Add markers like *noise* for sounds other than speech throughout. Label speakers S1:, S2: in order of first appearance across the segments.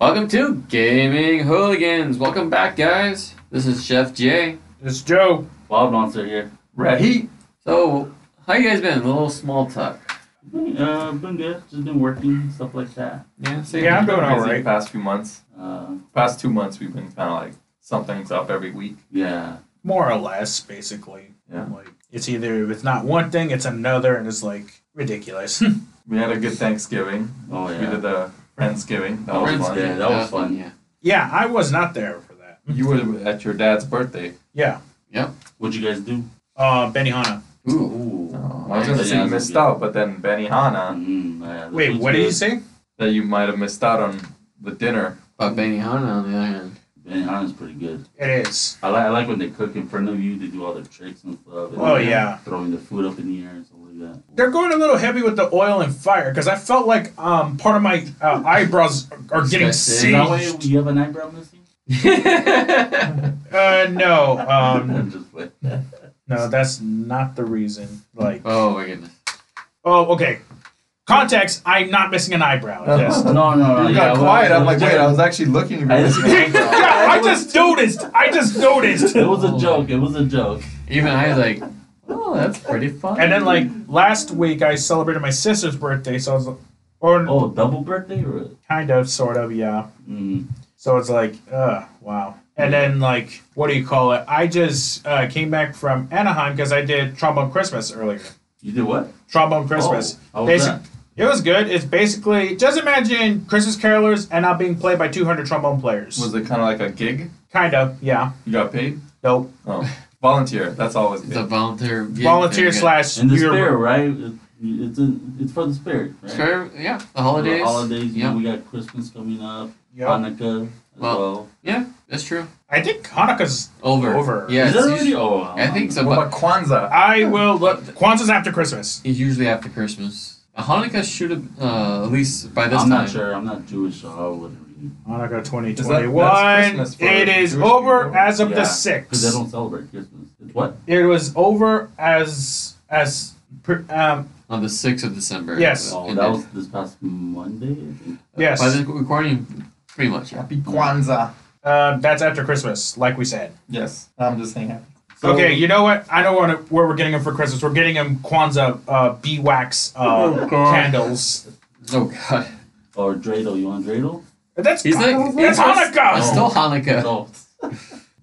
S1: Welcome to Gaming Hooligans. Welcome back, guys. This is Chef Jay.
S2: It's Joe.
S3: Wild Monster here. Right?
S1: So, how you guys been? A little small talk.
S3: Been, uh, been good. Just been working, stuff like that.
S1: Yeah,
S2: Yeah, I'm doing all
S4: Crazy
S2: right.
S4: Past few months,
S3: Uh,
S4: past two months, we've been kind of like something's up every week.
S3: yeah.
S2: More or less, basically.
S4: Yeah.
S2: Like it's either it's not one thing, it's another, and it's like ridiculous. *laughs*
S4: We had a good Thanksgiving.
S3: Oh,
S4: We
S3: yeah.
S4: did the Friendsgiving. That was fun.
S3: Friendsgiving. Yeah, that was fun.
S1: Yeah.
S2: yeah, I was not there for that.
S4: You were at your dad's birthday.
S2: Yeah.
S3: What'd you guys do?
S2: Uh Benihana.
S1: Ooh.
S3: Ooh.
S4: I
S3: Oh, Yeah,
S4: was gonna say you
S3: that's
S4: missed
S3: good.
S4: out, but then Benny Hana
S3: Mm, yeah,
S2: Wait,
S3: that's
S2: what did
S3: good.
S2: you say?
S4: that you might have missed out on the dinner.
S1: But Benihana on the other hand.
S3: Benihana's pretty good.
S2: It is.
S3: I like, I like when they cook in front of you. They do all their tricks and stuff. and
S2: Oh yeah.
S3: Throwing the food up in the air and stuff like that.
S2: They're going a little heavy with the oil and fire because I felt like um part of my uh, eyebrows are, are getting
S1: Disgusting. Is
S3: That way,
S2: singed.
S3: you have an eyebrow missing?
S2: *laughs* Uh no, um
S3: *laughs* I'm just playing.
S2: no, that's not the reason. Like
S1: oh my goodness.
S2: oh okay. Context, I'm not missing an eyebrow. Yes. *laughs*
S3: *laughs* No, no, no.
S4: You
S3: yeah,
S4: got
S3: well,
S4: quiet.
S3: it
S4: I'm like,
S3: was
S4: wait, I
S3: just-
S4: was actually looking
S3: I
S4: at
S3: just-
S4: you. *laughs*
S2: yeah, I just noticed. I just noticed.
S3: It was a joke. It was a joke.
S1: Even I was like, oh, that's pretty fun.
S2: And then like last week, I celebrated my sister's birthday, so I was, or
S3: Oh, double birthday? Or,
S2: kind of, sort of, yeah.
S3: mm,
S2: So it's like, uh, wow. And then like, what do you call it? I just uh, came back from Anaheim because I did trombone Christmas earlier.
S3: you did what?
S2: Trombone Christmas.
S3: Oh, how was
S2: Basic-
S3: that?
S2: It was good. It's basically just imagine Christmas carolers and not being played by 200 trombone players.
S4: Was it kind of like a gig?
S2: kind of, yeah.
S4: You got paid?
S2: Nope.
S4: Oh, volunteer. That's always
S1: it's a
S4: good.
S1: volunteer. gig.
S2: Volunteer
S1: Very
S2: slash
S3: In the
S2: your-
S3: spirit, right? It- It's in, it's for the spirit,
S1: good.
S3: right?
S1: Sure, yeah, the
S3: For
S1: holidays.
S3: The holidays. you know,
S1: Yeah,
S3: we got Christmas coming up,
S2: Yeah.
S3: Hanukkah as
S1: Well,
S3: well.
S1: that's true.
S2: I think Hanukkah's
S1: Over.
S2: Over.
S1: Yeah.
S3: Is
S1: it's
S3: that
S1: usually-
S3: already? Oh,
S1: I think so,
S4: What
S1: but
S4: about Kwanzaa?
S2: I will look. Kwanzaa's after Christmas.
S1: it's usually after Christmas. Hanukkah should have, uh, at least by this
S3: I'm
S1: time.
S3: not sure. I'm not Jewish, so I wouldn't read
S2: Hanukkah
S4: Is that-
S2: 2021.
S4: that's Christmas for
S2: it is
S4: Jewish
S2: over
S4: people.
S2: as of the
S4: Yeah.
S3: because they
S2: 6th.
S3: don't celebrate Christmas. It's what?
S2: It was over as as pr- um
S1: On the 6th of December.
S2: Yes.
S3: Oh,
S1: And
S3: that
S1: then-
S3: was this past Monday. I think.
S2: yes.
S1: By the recording, pretty much. Yeah.
S4: Happy Kwanzaa.
S2: Uh, that's after Christmas, like we said.
S4: Yes, I'm just saying. happy.
S3: So,
S2: okay, you know what? I don't want to where we're getting them for Christmas. We're getting them Kwanzaa uh, bee wax uh,
S1: Oh, God.
S2: candles.
S1: Oh
S3: *laughs*
S1: god.
S3: Or dreidel. You want dreidel?
S2: That's
S1: He's like,
S2: that's Hanukkah.
S1: It's still Hanukkah.
S3: No.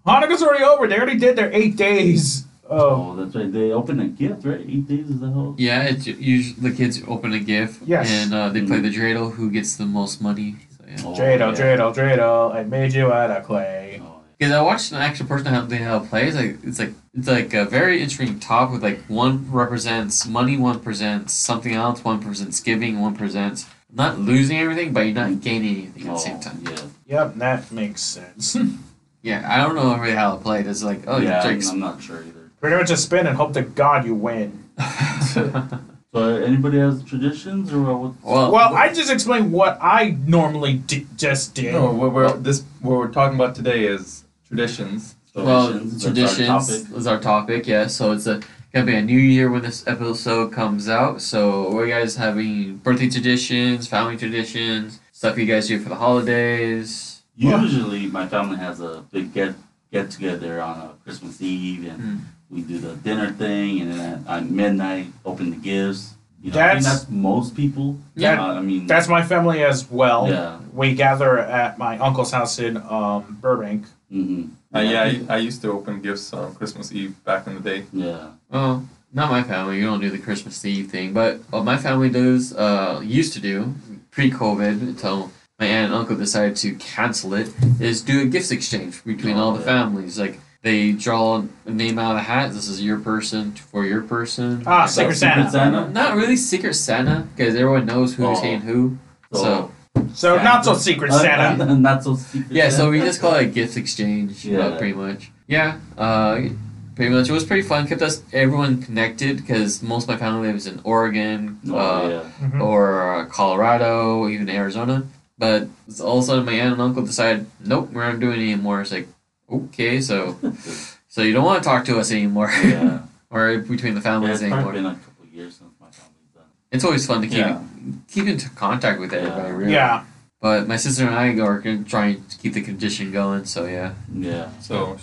S2: Hanukkah's already over. They already did their eight days. Oh,
S3: Oh, that's right. They open a gift, right? Eight days is the whole.
S1: Yeah, it's usually the kids open a gift.
S2: Yes.
S1: And uh, they play
S3: Mm-hmm.
S1: the dreidel. Who gets the most money? So, yeah.
S3: Oh,
S2: dreidel,
S3: yeah.
S2: dreidel, dreidel. I made you out of clay.
S3: Oh,
S1: Because I watched an actual person how they how it plays. Like it's like it's like a very interesting talk with like one represents money, one presents something else, one presents giving, one presents not losing everything, but you're not gaining anything at the same
S3: Oh,
S1: time.
S3: Yeah.
S2: Yep, that makes sense. *laughs*
S1: Yeah, I don't know really how it played. It's like oh
S3: yeah,
S1: yeah,
S3: I'm, I'm not sure either.
S2: Pretty much just spin and hope to God you win.
S3: *laughs*
S1: *laughs*
S3: So, anybody has traditions or what?
S1: well,
S2: Well, I just explained what I normally di- just did.
S1: Oh.
S4: No, what we're this what we're talking about today is traditions.
S1: Well,
S3: That's our topic.
S1: traditions is our topic, yeah. So it's a gonna be a new year when this episode comes out. So we're guys having birthday traditions, family traditions, stuff you guys do for the holidays.
S3: Usually, my family has a big get get together on a Christmas Eve, and
S2: Hmm.
S1: Mm.
S3: we do the dinner thing, and then at, at midnight, open the gifts. You know, I mean,
S2: That's-
S3: that's most people.
S2: Yeah.
S3: Uh, I mean,
S2: That's my family as well.
S3: yeah.
S2: We gather at my uncle's house in um, Burbank.
S3: Mm-hmm.
S4: Uh, yeah, I, I used to open gifts on Christmas Eve back in the day.
S3: yeah.
S1: Well, not my family. You don't do the Christmas Eve thing, but what my family does, uh, used to do pre-COVID until my aunt and uncle decided to cancel it, is do a gifts exchange between all the
S3: Oh, yeah.
S1: families. Like they draw a name out of the hat. This is your person for your person.
S2: Ah, Secret Santa.
S3: Secret Santa.
S1: Not really Secret Santa, because everyone knows who's
S3: Oh.
S1: saying who. So
S2: So
S3: Santa.
S2: not so
S1: Uh,
S2: secret
S3: *laughs*
S2: Santa.
S3: not so secret.
S1: yeah, so we
S3: Santa.
S1: just call it a gift exchange, yeah.
S3: Yeah.
S1: pretty much. Yeah, uh, pretty much. It was pretty fun. Kept us everyone connected because most of my family lives in Oregon
S3: Oh,
S1: uh,
S3: yeah.
S2: Mhm.
S1: or uh, Colorado, even Arizona. But it's all of a sudden, my aunt and uncle decided, nope, we're not doing it anymore. It's like, okay,
S3: *laughs*
S1: so so you don't want to talk to us anymore,
S3: yeah.
S1: *laughs* or between the
S3: Yeah,
S1: families
S3: it's probably
S1: anymore.
S3: been a couple years since my family's done.
S1: It's always fun to keep
S4: Yeah.
S1: keep in t- contact with
S3: Yeah.
S1: everybody. Really.
S2: Yeah.
S1: But my sister and I are gonna try to keep the condition going. So yeah,
S3: Yeah.
S4: So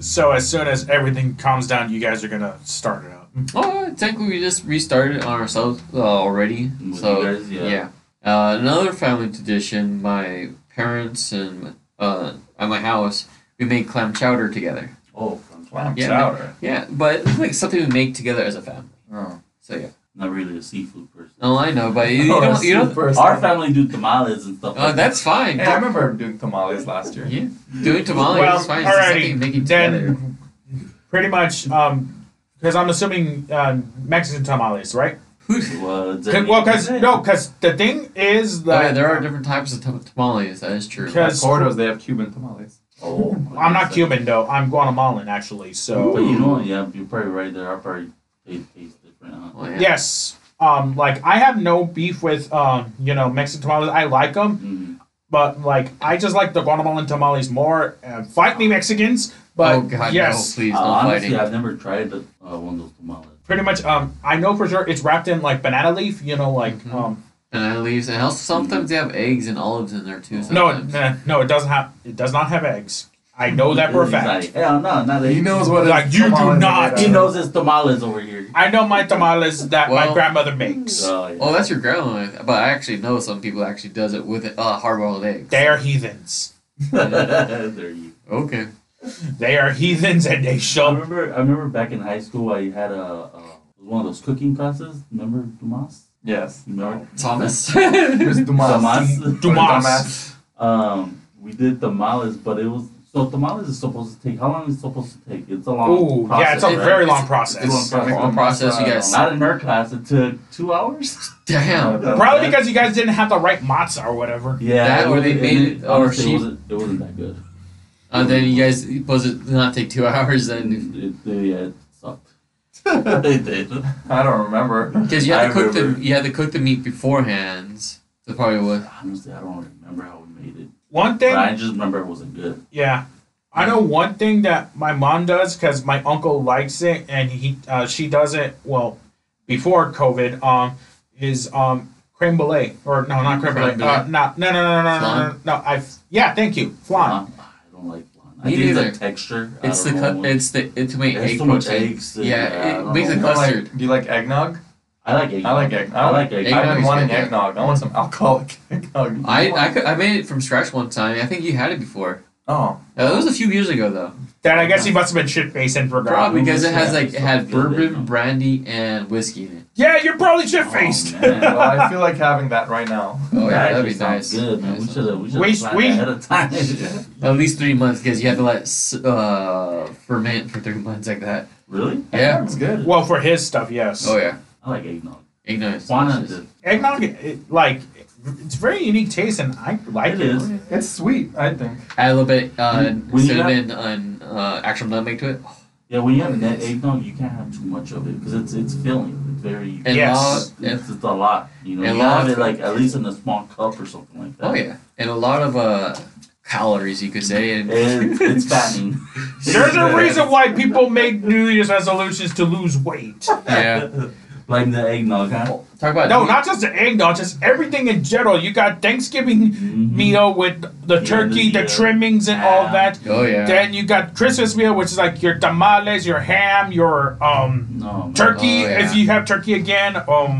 S2: So as soon as everything calms down, you guys are gonna start it up.
S1: oh, technically we just restarted on ourselves uh, already.
S3: With
S1: so
S3: you guys, yeah.
S1: Uh, another family tradition. My parents and uh, at my house, we made clam chowder together.
S3: Oh, from
S4: clam
S1: Yeah.
S4: chowder.
S1: Yeah, but it's like something we make together as a family.
S4: Oh.
S1: So yeah.
S3: not really a seafood person.
S1: Oh, I know, but you, you
S4: *laughs* Oh,
S1: don't. You don't.
S4: super
S3: Our
S4: sad.
S3: family do tamales and stuff.
S1: Oh,
S3: like
S1: that's fine.
S4: Hey, I remember doing tamales last year.
S1: Yeah, doing tamales
S2: Well,
S1: is fine. It's just
S2: alrighty,
S1: something making
S2: then-
S1: together.
S2: Pretty much, um, because I'm assuming uh, Mexican tamales, right?
S3: *laughs* that. Well, it's
S2: 'Cause- well, because no, because the thing is
S1: Oh,
S2: that
S1: yeah, there are different types of tam- tamales. That is true.
S2: Okay.
S4: At Cordo's, they have Cuban tamales.
S3: Oh,
S2: I'm not Cuban though. I'm Guatemalan actually. So
S3: But you know, yeah, you're probably right there. Our probably taste, taste different, huh?
S1: Well, yeah.
S2: yes, um, like I have no beef with um, you know, Mexican tamales. I like them.
S3: Mhm.
S2: But like, I just like the Guatemalan tamales more. Uh, fight me, Mexicans! But
S1: oh God,
S2: yes,
S1: no, please,
S3: Uh,
S1: no
S3: honestly,
S1: fighting.
S3: I've never tried the, uh, one of those tamales.
S2: pretty much. Um, I know for sure it's wrapped in like banana leaf. You know, like
S1: Mhm.
S2: um,
S1: And I leaves, and also
S3: Mm-hmm.
S1: sometimes they have eggs and olives in there too.
S2: no, it,
S1: sometimes.
S2: nah, no, it doesn't have. It does not have eggs. I know that for a
S3: He's
S2: fact.
S3: Like, Hell no, not
S4: He
S3: that.
S4: knows what.
S2: Like,
S4: his
S2: you do
S4: tamales are
S2: not-
S3: *laughs*
S4: made
S3: He
S4: out of.
S3: knows his tamales over here.
S4: *laughs*
S2: I know my tamales that my
S1: Well-
S2: grandmother makes.
S3: So, yeah.
S1: Oh, that's your grandma. But I actually know some people actually does it with uh, hard-boiled eggs.
S2: They are heathens.
S3: *laughs* there you.
S1: Okay.
S2: They are heathens, and they
S3: I
S2: shall.
S3: remember. I remember back in high school, I had a, a one of those cooking classes. Remember Dumas?
S4: Yes.
S3: You remember
S1: Thomas.
S4: There's Dumas.
S3: Dumas?
S2: Dumas.
S3: Um, we did tamales, but it was so tamales is supposed to take. How long is it supposed to take? It's a long.
S2: Ooh,
S3: process,
S2: yeah, it's a
S1: It-
S3: right?
S2: very long
S1: it's-
S2: process.
S1: It's
S3: Long
S1: a long process. You guys.
S3: Not in our class. It took two hours.
S1: *laughs*
S3: *laughs*
S1: Damn.
S2: Probably because you guys didn't have the right matzah or whatever.
S3: Yeah,
S1: That or
S3: it-
S1: they
S3: it-
S1: made
S3: it-
S1: it- or
S3: honestly,
S1: she-
S3: it, wasn't, it wasn't that good.
S1: Uh, then you guys was it not take two *laughs* hours *laughs* then?
S3: It, it, yeah, it
S1: *laughs*
S3: sucked. it did.
S4: I don't remember.
S1: Because you had
S3: I
S1: to cook the
S3: remember.
S1: you had to cook the meat beforehand. That probably was.
S3: Honestly, I don't remember how we made it.
S2: One
S3: But
S2: thing
S3: I just remember it wasn't good.
S2: Yeah. I know one thing that my mom does because my uncle likes it and he uh, she does it well before COVID um is um creme brulee or no not creme brulee
S1: Creme
S2: uh, no no no no no no no
S1: Flan?
S2: no I yeah thank you flan
S3: Flan, I don't like flan. I
S1: Me
S3: think
S1: neither.
S3: the texture. I
S1: It's the
S3: don't know.
S1: cu- it's the it's made
S3: There's
S1: egg
S3: so much
S1: protein.
S3: eggs. and,
S1: Yeah,
S3: I
S1: it
S3: don't
S1: makes
S3: know.
S1: it
S4: You know, like-
S1: Custard.
S4: do you like eggnog?
S3: I like egg.
S4: I like egg.
S3: I like egg.
S4: I've been
S1: Eggnog's
S4: wanting
S1: good, yeah.
S4: eggnog. I want some alcoholic *laughs* eggnog.
S1: I I, could, I made it from scratch one time. I think you had it before.
S4: oh,
S1: Uh, that was a few years ago though.
S2: that I guess he must have been shit faced and forgot
S1: Probably because it has
S3: yeah,
S1: like it
S3: so
S1: had
S3: good,
S1: bourbon,
S3: yeah.
S1: brandy, and whiskey in it.
S2: yeah you're probably shit faced
S3: Oh, man.
S4: well, I feel like having that right now.
S1: Oh
S3: That
S1: yeah, that'd
S3: actually
S1: be nice.
S3: sounds Good, man. We
S1: Nice.
S3: should have. We should
S2: We-
S3: have planned
S2: we-
S3: ahead of time. *laughs*
S1: At least three months because you have to let s- uh, ferment for three *laughs* months like that.
S3: really?
S1: Yeah.
S4: It's good.
S2: *laughs* well for his stuff yes
S1: Oh yeah,
S3: I like eggnog.
S1: eggnog. is
S3: Juana
S1: delicious.
S3: did.
S2: eggnog it, like it's very unique taste and I like
S3: It
S2: it,
S3: is.
S4: It's sweet, I think.
S1: Add a little bit uh,
S3: When you
S1: cinnamon and uh, actual nutmeg to it.
S3: Yeah, when you have net eggnog, you can't have too much of it because it's it's filling. It's very.
S1: And
S2: Yes.
S1: a lot,
S3: it's, it's a lot. You know,
S1: And
S3: you have
S1: lot-
S3: it like at least in a small cup or something like that.
S1: oh yeah, and a lot of uh, calories you could say. And
S3: It's, it's
S1: *laughs*
S3: fattening.
S2: there's
S3: *laughs*
S2: a reason why people make New Year's resolutions to lose weight.
S3: *laughs*
S1: yeah.
S3: Blame the eggnog, huh?
S1: Talk about
S2: No, not just the eggnog, just everything in general. You got Thanksgiving
S1: Mm-hmm.
S3: Mhm.
S2: meal with the
S3: Yeah,
S2: turkey, the
S3: yeah.
S2: trimmings, and all that.
S1: Oh yeah.
S2: Then you got Christmas meal, which is like your tamales, your ham, your um
S3: No. man.
S2: turkey.
S1: Oh, yeah.
S2: If you have turkey again, um,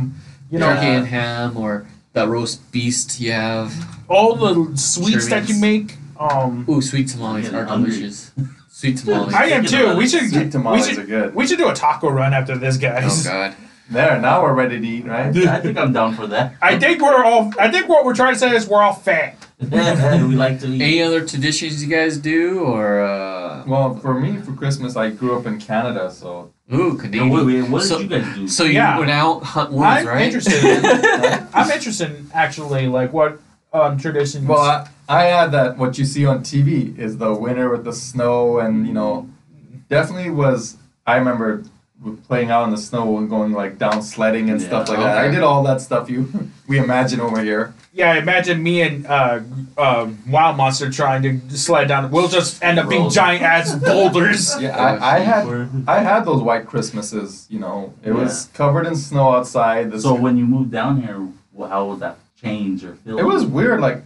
S2: you know
S1: turkey
S3: Yeah.
S1: and ham or that roast beast you have.
S2: all the sweets that you
S1: Trimmings.
S2: make. Um,
S1: Ooh, sweet tamales
S3: Yeah,
S1: are
S3: hungry.
S1: delicious.
S3: *laughs*
S1: Sweet tamales.
S2: I am too. We should
S4: Sweet
S2: we
S4: tamales
S2: should
S4: are good.
S2: we should do a taco run after this,
S1: Oh
S2: guys.
S1: god.
S4: There, now we're ready to eat, right?
S3: I think I'm down for that. *laughs*
S2: I think we're all. I think what we're trying to say is we're all fat.
S3: we like to eat.
S1: Any other traditions you guys do or uh
S4: Well, for me, for Christmas, I grew up in Canada, so
S1: ooh,
S3: Now,
S1: Canadian.
S3: wait, wait, what did
S1: So-
S3: you guys do?
S1: So you
S2: Yeah.
S1: went out hunt wolves,
S2: I'm
S1: right?
S2: interested. In, I'm interested in actually like what um traditions.
S4: well, I, I add that what you see on TV is the winter with the snow, and you know, definitely was. I remember playing out in the snow and going like down sledding and stuff
S3: Yeah.
S4: like that. I
S1: Okay.
S4: did all that stuff you *laughs* we imagine over here.
S2: Yeah, imagine me and uh, um Wild Monster trying to slide down. We'll just end up being
S3: Roll.
S2: giant ass boulders.
S4: Yeah, I, I had I had those white Christmases, you know. It was covered in snow outside. The
S3: So when you moved down here, wh- how was that change or feel.
S4: It was
S3: *laughs*
S4: weird. Like,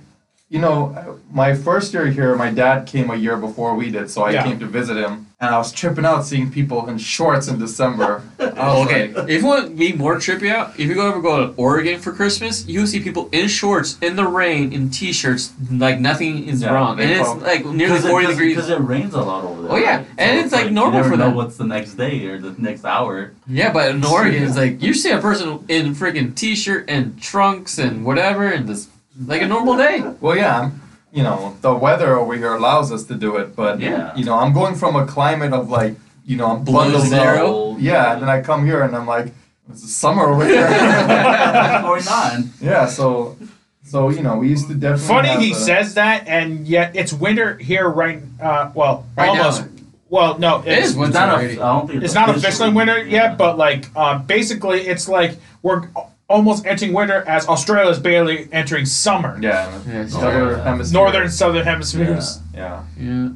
S4: you know, my first year here, my dad came a year before we did, so I
S2: Yeah.
S4: came to visit him, and I was tripping out seeing people in shorts in
S2: *laughs*
S4: December. I
S1: *laughs* Oh,
S4: was
S1: okay.
S4: like,
S1: if you want to be more trippy out, if you go ever go to Oregon for Christmas, you'll see people in shorts, in the rain, in t-shirts, like nothing is
S4: Yeah,
S1: wrong,
S4: they
S1: and it's
S4: prob-
S1: like nearly
S3: it-
S1: forty degrees.
S3: because it rains a lot over there.
S1: Oh, yeah,
S3: right?
S1: and it's, like,
S3: you
S1: normal
S3: never
S1: for
S3: know
S1: them.
S3: What's the next day or the next hour?
S1: Yeah, but in Oregon, it's like you see a person in freaking t-shirt and trunks and whatever, and this like a normal day.
S4: well, yeah, I'm- you know, the weather over here allows us to do it, but
S3: Yeah.
S4: you know, I'm going from a climate of like, you know, I'm
S1: Below
S4: bundled
S1: zero.
S4: up. Yeah, and then I come here and I'm like, it's the summer over
S2: *laughs*
S4: *laughs* here.
S3: or not.
S4: yeah, so, so you know, we used to definitely. have
S2: Funny he
S4: a-
S2: says that, and yet it's winter here right. Uh, well,
S1: Right now.
S2: almost. Well, no,
S1: It is
S2: it's
S1: winter.
S3: It's not,
S1: already.
S3: a, I don't think
S2: it's not officially winter yet, but like uh, basically, it's like we're almost entering winter as Australia's barely entering summer.
S4: Yeah,
S1: Oh, Yeah, it's
S4: southern
S3: yeah.
S4: hemisphere.
S2: Northern and southern hemispheres.
S4: Yeah.
S1: Yeah.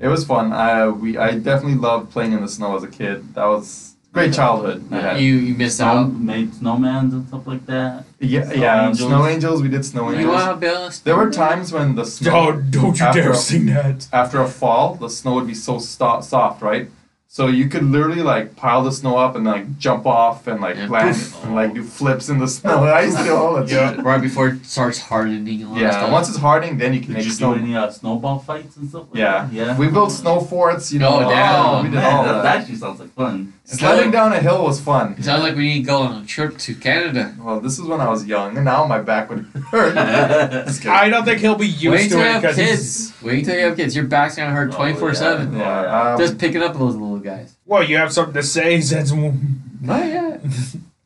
S4: It was fun. I we I definitely loved playing in the snow as a kid. That was great childhood. I had.
S1: You you missed
S3: Snow,
S1: out.
S3: made snowmans and stuff like that.
S4: Yeah,
S3: Snow
S4: yeah.
S3: angels.
S4: Snow angels. We did snow
S3: Um,
S1: You
S4: angels.
S1: want Bills?
S4: There were times when the
S2: Oh,
S4: snow
S2: don't you dare
S4: After-
S2: sing that!
S4: after a fall, the snow would be so sto- soft, right? So you could literally like pile the snow up and like jump off and like
S1: Yeah.
S4: land
S3: Poof.
S4: and like do flips in the snow. *laughs* I used to do all that.
S2: Yeah.
S4: shit.
S1: Right before it starts hardening. and all that
S4: Yeah.
S1: stuff.
S4: Once it's hardening, then you can
S3: Did
S4: make
S3: you
S4: snow.
S3: do any uh, snowball fights and stuff? Like
S4: yeah.
S3: that? yeah.
S4: We built snow forts. You know.
S1: Oh, damn.
S4: We did
S3: man,
S4: all
S3: that,
S4: that.
S3: actually sounds like
S4: *laughs*
S3: fun.
S4: Sledding down a hill was fun.
S1: It sounds like we need to go on a trip to Canada.
S4: Well, this is when I was young, and now my back would *laughs* hurt.
S3: That's
S4: Just kidding.
S2: I don't think he'll be used
S1: Wait
S2: to
S1: till you
S2: it
S1: have
S2: because
S1: kids. Wait till you have kids. Your back's gonna hurt
S3: Oh,
S1: twenty four seven.
S4: yeah, um,
S1: Just picking up those little guys.
S2: well, you have something to say. That's
S1: Oh *laughs* yeah.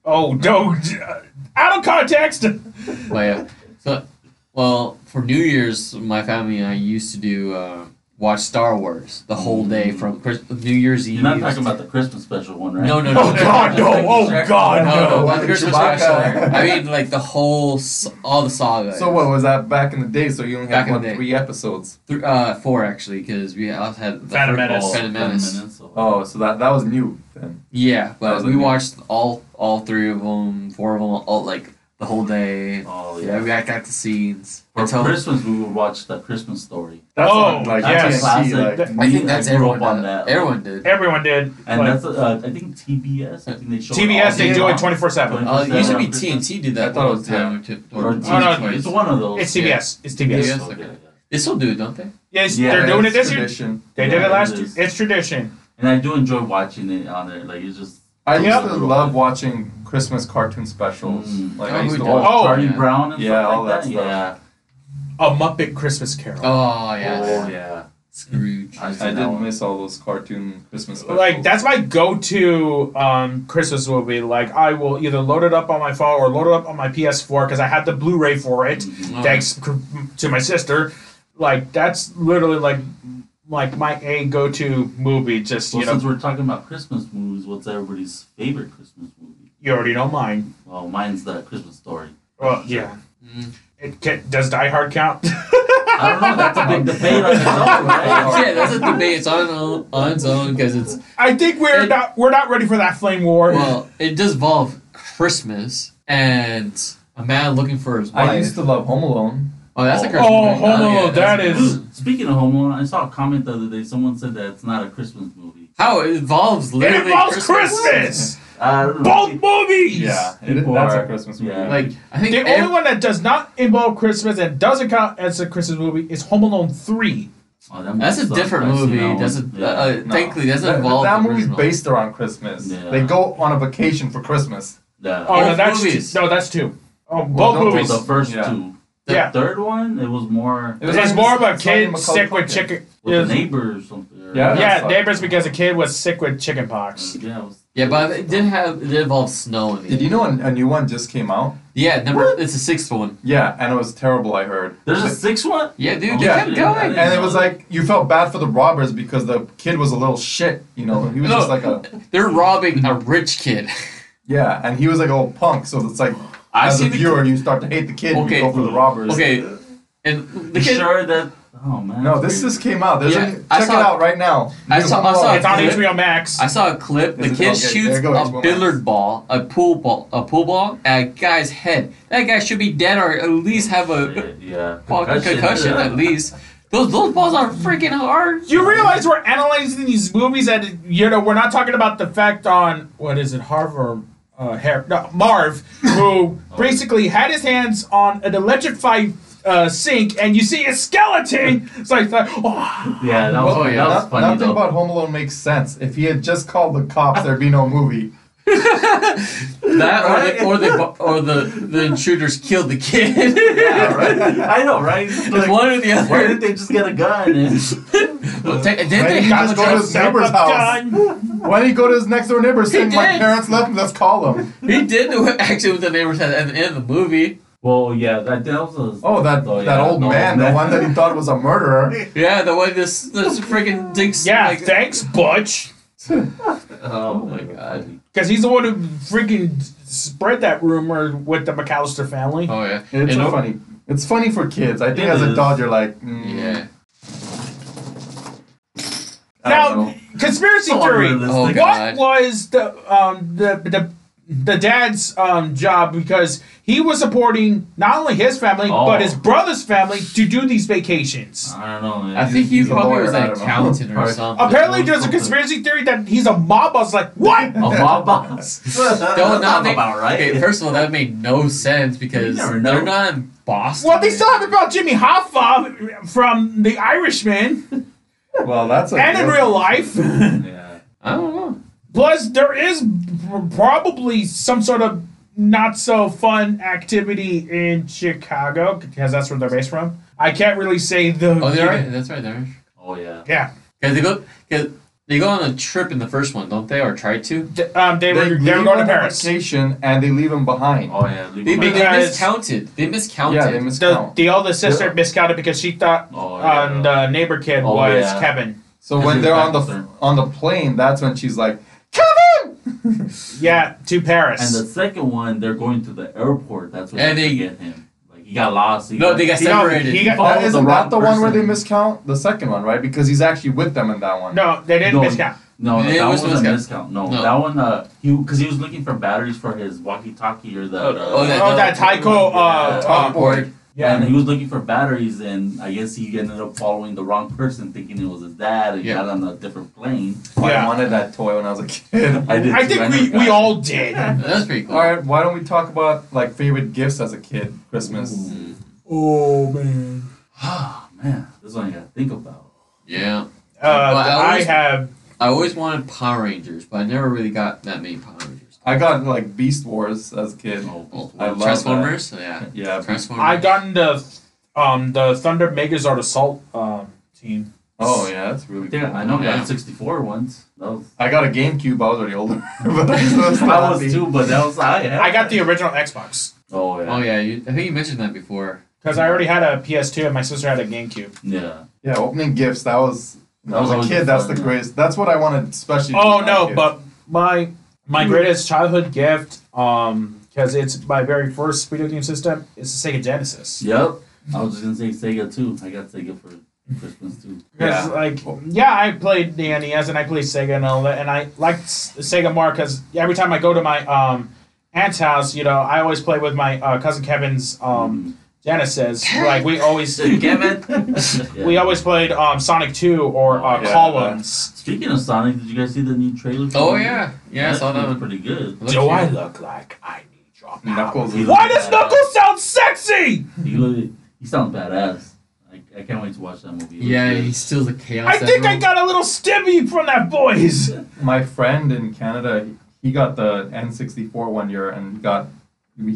S2: oh, don't out of context.
S1: Well, yeah. So, well, for New Year's, my family and I used to do uh, watch Star Wars the whole day from Chris- New Year's Eve.
S3: You're not talking about the Christmas special one, right?
S1: No, no,
S3: *laughs*
S1: no.
S2: Oh God, no! Oh God,
S1: No, no,
S2: no!
S1: not the
S4: Chewbacca.
S1: Christmas special. I mean, like the whole, s- all the saga.
S4: *laughs* So what was that back in the day? So you only
S1: Back
S4: had
S1: in
S4: what,
S1: the day.
S4: three episodes.
S1: Th- uh, four actually, because we also had the
S2: Phantom
S1: first-
S2: Menace.
S1: Phantom Menace.
S4: Oh, so that that was new then.
S1: Yeah,
S4: That
S1: but
S4: was
S1: we
S4: a new-
S1: watched all all three of them, four of them, all like the whole day.
S3: Oh, yeah.
S1: Yeah, we act out the scenes.
S3: For
S1: Until-
S3: Christmas, we would watch the Christmas story.
S4: That's
S2: Oh,
S4: on, like
S2: yes.
S4: TNT, like-
S2: That-
S1: I
S3: we-
S1: think that's
S3: I grew
S1: everyone.
S3: up on
S1: did it.
S3: that.
S1: Everyone did.
S2: Everyone did.
S3: and
S2: like,
S3: that's uh, I think TBS. I think they show it all
S2: TBS. They
S3: day
S2: do
S3: long.
S2: it twenty four seven.
S1: Uh, it used to be
S3: Christmas?
S1: TNT did that
S4: I thought it
S1: all
S4: was
S1: the time. too.
S3: Or
S1: Or
S3: TBS.
S2: Oh, no, no,
S1: twice.
S3: it's one of those.
S2: It's TBS. It's TBS.
S1: Yeah.
S3: So
S1: okay.
S3: good.
S1: They still do it, don't they?
S2: Yeah, it's-
S3: Yeah,
S2: they're doing it
S4: it's
S2: this year.
S4: tradition.
S2: They
S3: Yeah,
S2: did it
S3: it
S2: last year.
S3: is.
S2: It's tradition.
S3: And I do enjoy watching it on there. Like it's just
S4: I used
S2: Yeah.
S4: to love watching Christmas cartoon specials.
S3: Mm.
S4: Like
S1: Oh,
S4: I used to
S1: we did.
S4: watch.
S2: Oh,
S3: Charlie
S1: yeah.
S3: Brown and
S4: Yeah,
S3: stuff like
S4: all that
S3: that.
S4: stuff.
S3: Yeah.
S2: A Muppet Christmas Carol.
S1: Oh yes,
S3: Oh, yeah.
S1: Scrooge.
S3: I've seen
S4: I
S3: that
S4: did *laughs*
S3: one.
S4: miss all those cartoon Christmas specials.
S2: like that's my go-to um, Christmas movie. Like I will either load it up on my phone or load it up on my PS4 because I had the Blu-ray for it.
S3: Mhm.
S1: Oh.
S2: Thanks cr- to my sister. Like that's literally like like my a go-to movie. Just
S3: Well,
S2: you know,
S3: since we're talking about Christmas movies, what's everybody's favorite Christmas movie?
S2: you already know mine.
S3: Well, mine's the Christmas story.
S2: Well, yeah.
S1: Mm.
S2: It can, does Die Hard count? *laughs*
S3: I don't know. That's a big debate on its own,
S1: *laughs*
S3: right?
S1: yeah, that's a debate. It's on its own- on its own because it's
S2: I think we're
S1: It-
S2: not we're not ready for that flame war.
S1: well, it does involve Christmas and a man looking for his wife.
S4: I used to love Home Alone.
S1: oh, that's a
S3: Oh,
S1: Christmas. movie.
S2: Home
S1: yeah,
S2: Alone,
S1: that's-
S2: that is-
S3: Speaking of Home Alone, I saw a comment the other day. Someone said that it's not a Christmas movie.
S1: how it involves
S2: it
S1: literally
S2: involves Christmas.
S3: I don't know.
S2: Both movies.
S4: Yeah, it-
S3: People
S4: that's
S3: are-
S4: a Christmas movie.
S3: yeah.
S1: Like I think
S2: The
S1: ev-
S2: only one that does not involve Christmas and doesn't count as a Christmas movie is Home Alone 3.
S3: Oh, that
S1: that's a
S3: movie
S1: different
S3: sucks. I've seen
S1: movie.
S3: that
S1: That's a
S3: one.
S1: uh, uh,
S4: No.
S1: thankfully that's
S4: That,
S1: involved.
S4: that
S1: the
S4: movie's
S1: original.
S4: based around Christmas.
S3: Yeah.
S4: They go on a vacation for Christmas.
S3: Yeah.
S2: Oh, no,
S1: Both
S2: that's
S1: movies.
S2: no, that's two. Oh,
S4: Well,
S2: both
S4: no,
S3: Well,
S2: movies.
S3: the first
S4: Yeah.
S3: two. The
S2: yeah,
S3: third one, it was more
S4: It
S2: it's
S4: like
S2: more of
S4: this-
S2: a
S4: Sonny
S2: kid
S4: McCullough
S2: sick with
S4: Pumpkin.
S2: chicken.
S3: with a
S2: is-
S3: neighbor or something. or- uh,
S4: Yeah.
S2: yeah,
S4: That's like-
S2: neighbors because a kid was sick with chicken pox.
S3: Yeah, it was-
S1: Yeah, but it did have it did involve snow in the
S4: Did you
S1: end.
S4: know a, a new one just came out?
S1: Yeah, number it's the sixth one.
S4: Yeah, and it was terrible. I heard.
S3: There's a
S4: But-
S3: sixth one.
S1: Yeah, dude, they
S4: Yeah.
S1: kept going.
S4: and it was like you felt bad for the robbers because the kid was a little shit. You know, he was
S1: No.
S4: just like a
S1: They're robbing a rich kid.
S4: yeah, and he was like a little punk. So it's like
S1: I
S4: as
S1: see
S4: a
S1: the
S4: viewer, you start to hate the kid. and
S1: Okay.
S4: You go for the robbers.
S1: Okay, and the
S3: You
S1: kid.
S3: sure that Oh man.
S4: No,
S3: that's
S4: this
S3: weird.
S4: just came out. There's
S1: Yeah,
S4: a,
S1: I
S4: check it
S1: saw-
S4: out right now.
S1: I saw- I saw-
S2: It's on
S1: Is it?
S2: HBO Max.
S1: I saw a clip. The
S4: Is it-
S1: kid
S4: okay,
S1: shoots
S4: there you go,
S1: a
S4: it's one
S1: billiard
S4: less.
S1: ball, a pool ball, a pool ball at a guy's head. That guy should be dead or at least have a
S3: Shit, yeah.
S1: fucking concussion at least. Those those balls are freaking hard.
S2: you realize we're analyzing these movies and you know we're not talking about the fact on what is it Harvard uh, Har- no, Marv who
S4: *laughs*
S2: basically had his hands on an electrified uh, sink and you see a skeleton. It's like, like, oh.
S3: Yeah, that was,
S1: Oh, yeah.
S3: that was
S4: Not-
S3: funny
S4: nothing
S3: though.
S4: about Home Alone makes sense. If he had just called the cops, there'd be no *laughs* movie.
S1: That or the, or the or the the intruders killed the kid. *laughs*
S3: yeah, right? *laughs* I know, right? It's
S1: It's
S3: Like,
S1: one or the
S3: why
S1: other.
S3: didn't they just get a gun?
S1: Well,
S3: And
S1: ta- Did
S4: Why
S1: they
S4: didn't you
S1: have
S4: just go to
S1: a
S4: his neighbor's house? Why did he go to his next door neighbor saying, My
S1: did.
S4: parents left me, let's call him?
S1: He did do it actually with the neighbor's head at the end of the movie.
S3: *laughs* well, yeah, that, that was a.
S4: *laughs* Oh, that,
S3: Oh,
S4: that
S3: yeah,
S4: old
S3: the old
S4: man, the
S3: man.
S4: one that he thought was a *laughs* murderer.
S1: Yeah, the way this this freaking digs.
S2: Yeah,
S1: like-
S2: thanks, Butch,
S3: Oh
S1: my God.
S2: because he's the one who freaking spread that rumor with the McAllister family.
S1: oh yeah,
S4: It's
S1: And
S4: a
S1: o-
S4: funny. It's funny for kids. I think
S3: It
S4: as an
S3: is.
S4: adult, you're like, mm,
S1: Yeah.
S4: I don't
S2: Now,
S4: know.
S2: conspiracy
S3: *laughs* So
S2: theory.
S3: unrealistic.
S1: Oh, God.
S2: What was the um the the the dad's um job because he was supporting not only his family
S3: Oh.
S2: but his brother's family to do these vacations.
S3: I don't know, man.
S1: I think he
S4: He's a
S1: probably
S4: lawyer,
S1: was
S4: I
S1: an
S4: don't know.
S1: accountant or
S4: Probably.
S1: something.
S2: Apparently, there's a
S3: something.
S2: conspiracy theory that he's a mob boss. Like
S1: *laughs*
S2: what?
S3: *laughs*
S1: Oh.
S3: A mob boss.
S1: Don't
S3: That's not
S1: not make,
S3: about right. *laughs*
S1: Okay, first of all, that made no sense because
S3: You never
S1: they're
S3: know.
S1: not in Boston.
S2: Well, they still have about Jimmy Hoffa from The Irishman
S4: Well, that's a.
S2: and in real
S1: *laughs*
S2: life.
S3: yeah.
S1: I don't know.
S2: Plus, there is probably some sort of not so fun activity in Chicago because that's where they're based from. I can't really say the.
S1: Oh,
S2: *laughs*
S1: they're right. That's right. They're
S3: Oh yeah.
S2: Yeah.
S1: because they go because they go on a trip in the first one, don't they? Or try to?
S2: D- Um, they, were they were
S4: leave
S2: going to
S4: on
S2: Paris.
S4: Vacation and they leave him behind.
S3: Oh yeah.
S1: They, they, they
S2: Because-
S1: miscounted. They miscounted.
S4: yeah, they
S2: The,
S4: miscount.
S2: the older sister
S3: Yeah.
S2: miscounted because she thought
S3: Oh, yeah.
S2: um, the neighbor kid
S3: Oh,
S2: was
S3: yeah.
S2: Kevin.
S4: So
S3: This
S4: when
S3: is
S4: they're
S3: back
S4: on the
S3: there.
S4: on the plane, that's when she's like, Kevin.
S2: Yeah, to Paris.
S3: And the second one, they're going to the airport. That's where
S1: And
S3: they
S1: they-
S3: get him. Like he got lost. He
S1: No, they got
S2: He got-
S1: separated.
S2: he got-
S3: Follow
S4: that
S3: Oh, the
S4: isn't
S3: wrong
S4: that the one where they
S3: person.
S4: miscount the second one, right? Because he's actually with them in that one.
S2: no, they didn't
S3: No,
S2: miscount.
S3: No,
S1: It
S3: that
S1: was
S3: was a
S1: miscount.
S3: discount. No,
S1: No.
S3: that one. Uh, he because he was looking for batteries for his walkie-talkie or the.
S1: Oh,
S3: the-
S1: oh, that-
S2: Oh, that Tycho. Uh,
S3: Yeah.
S2: uh,
S4: boy.
S3: And
S2: yeah.
S3: he was looking for batteries, and I guess he ended up following the wrong person, thinking it was his dad, and
S1: Yeah.
S3: got on a different plane.
S4: Oh,
S2: Yeah.
S4: I wanted that toy when I was
S3: *laughs*
S4: a kid.
S3: I did.
S2: I
S3: too,
S2: think
S3: never
S2: we,
S3: got
S2: we
S3: it.
S2: all did.
S1: That's pretty cool.
S4: All right, why don't we talk about like favorite gifts as a kid, Christmas?
S3: Ooh.
S2: *laughs* Oh, man.
S3: Ah man, this one you gotta think about.
S1: Yeah.
S2: Uh,
S1: Well, I
S2: I,
S1: always-
S2: have.
S1: I always wanted Power Rangers, but I never really got that many Power Rangers.
S4: I got like Beast Wars as a kid.
S3: Oh,
S1: Oh,
S4: I love that.
S1: Transformers. Yeah.
S4: Yeah.
S1: Transformers.
S2: I gotten the um the Thunder Megazord Assault um team.
S4: Oh yeah, that's really cool.
S3: Yeah, I know. I
S1: Yeah.
S3: got 64 once. That was.
S4: I got a GameCube. I was already older, *laughs* but I still was
S3: *laughs* I was
S4: happy.
S3: too, but that was I. Had.
S2: I got the original Xbox
S3: Oh yeah.
S1: Oh yeah, you, I think you mentioned that before.
S2: because I already had a PS2 and my sister had a GameCube.
S3: Yeah.
S4: Yeah, opening gifts. That was. When
S3: That
S4: I
S3: was
S4: was a
S3: always
S4: kid.
S3: the
S4: That's
S3: fun,
S4: the
S3: yeah.
S4: greatest. That's what I wanted, especially.
S2: Oh
S4: when I was a
S2: no,
S4: kid.
S2: but my my greatest childhood gift um because it's my very first video game system is the Sega Genesis.
S3: Yep. I was just gonna say Sega too. I got Sega for Christmas
S1: *laughs*
S3: too.
S2: 'Cause,
S4: Yeah.
S2: like yeah, I played the NES and I played Sega and all that, and I liked S- Sega more because every time I go to my um aunt's house, you know, I always play with my uh, cousin Kevin's um Genesis. Like we
S3: *laughs*
S2: always
S1: Kevin. *laughs*
S3: Yeah.
S2: We always played um, Sonic 2 or
S3: Oh,
S2: uh,
S4: yeah.
S2: Columns.
S3: Speaking of Sonic, did you guys see the new trailer? for
S1: Oh
S3: it?
S1: yeah, yeah, I saw that
S3: looks
S1: one.
S3: pretty good.
S1: Look cute.
S2: look like I need your power?
S4: Knuckles.
S3: He
S4: is-
S2: Why does Knuckles sound sexy?
S3: He look, he sounds badass. I, I can't wait to watch that movie. It looks
S1: Yeah,
S3: good.
S1: he steals the chaos.
S2: I think I
S1: emerald.
S2: got a little stimmy from that boys.
S4: my friend in Canada, he got the N64 one year and got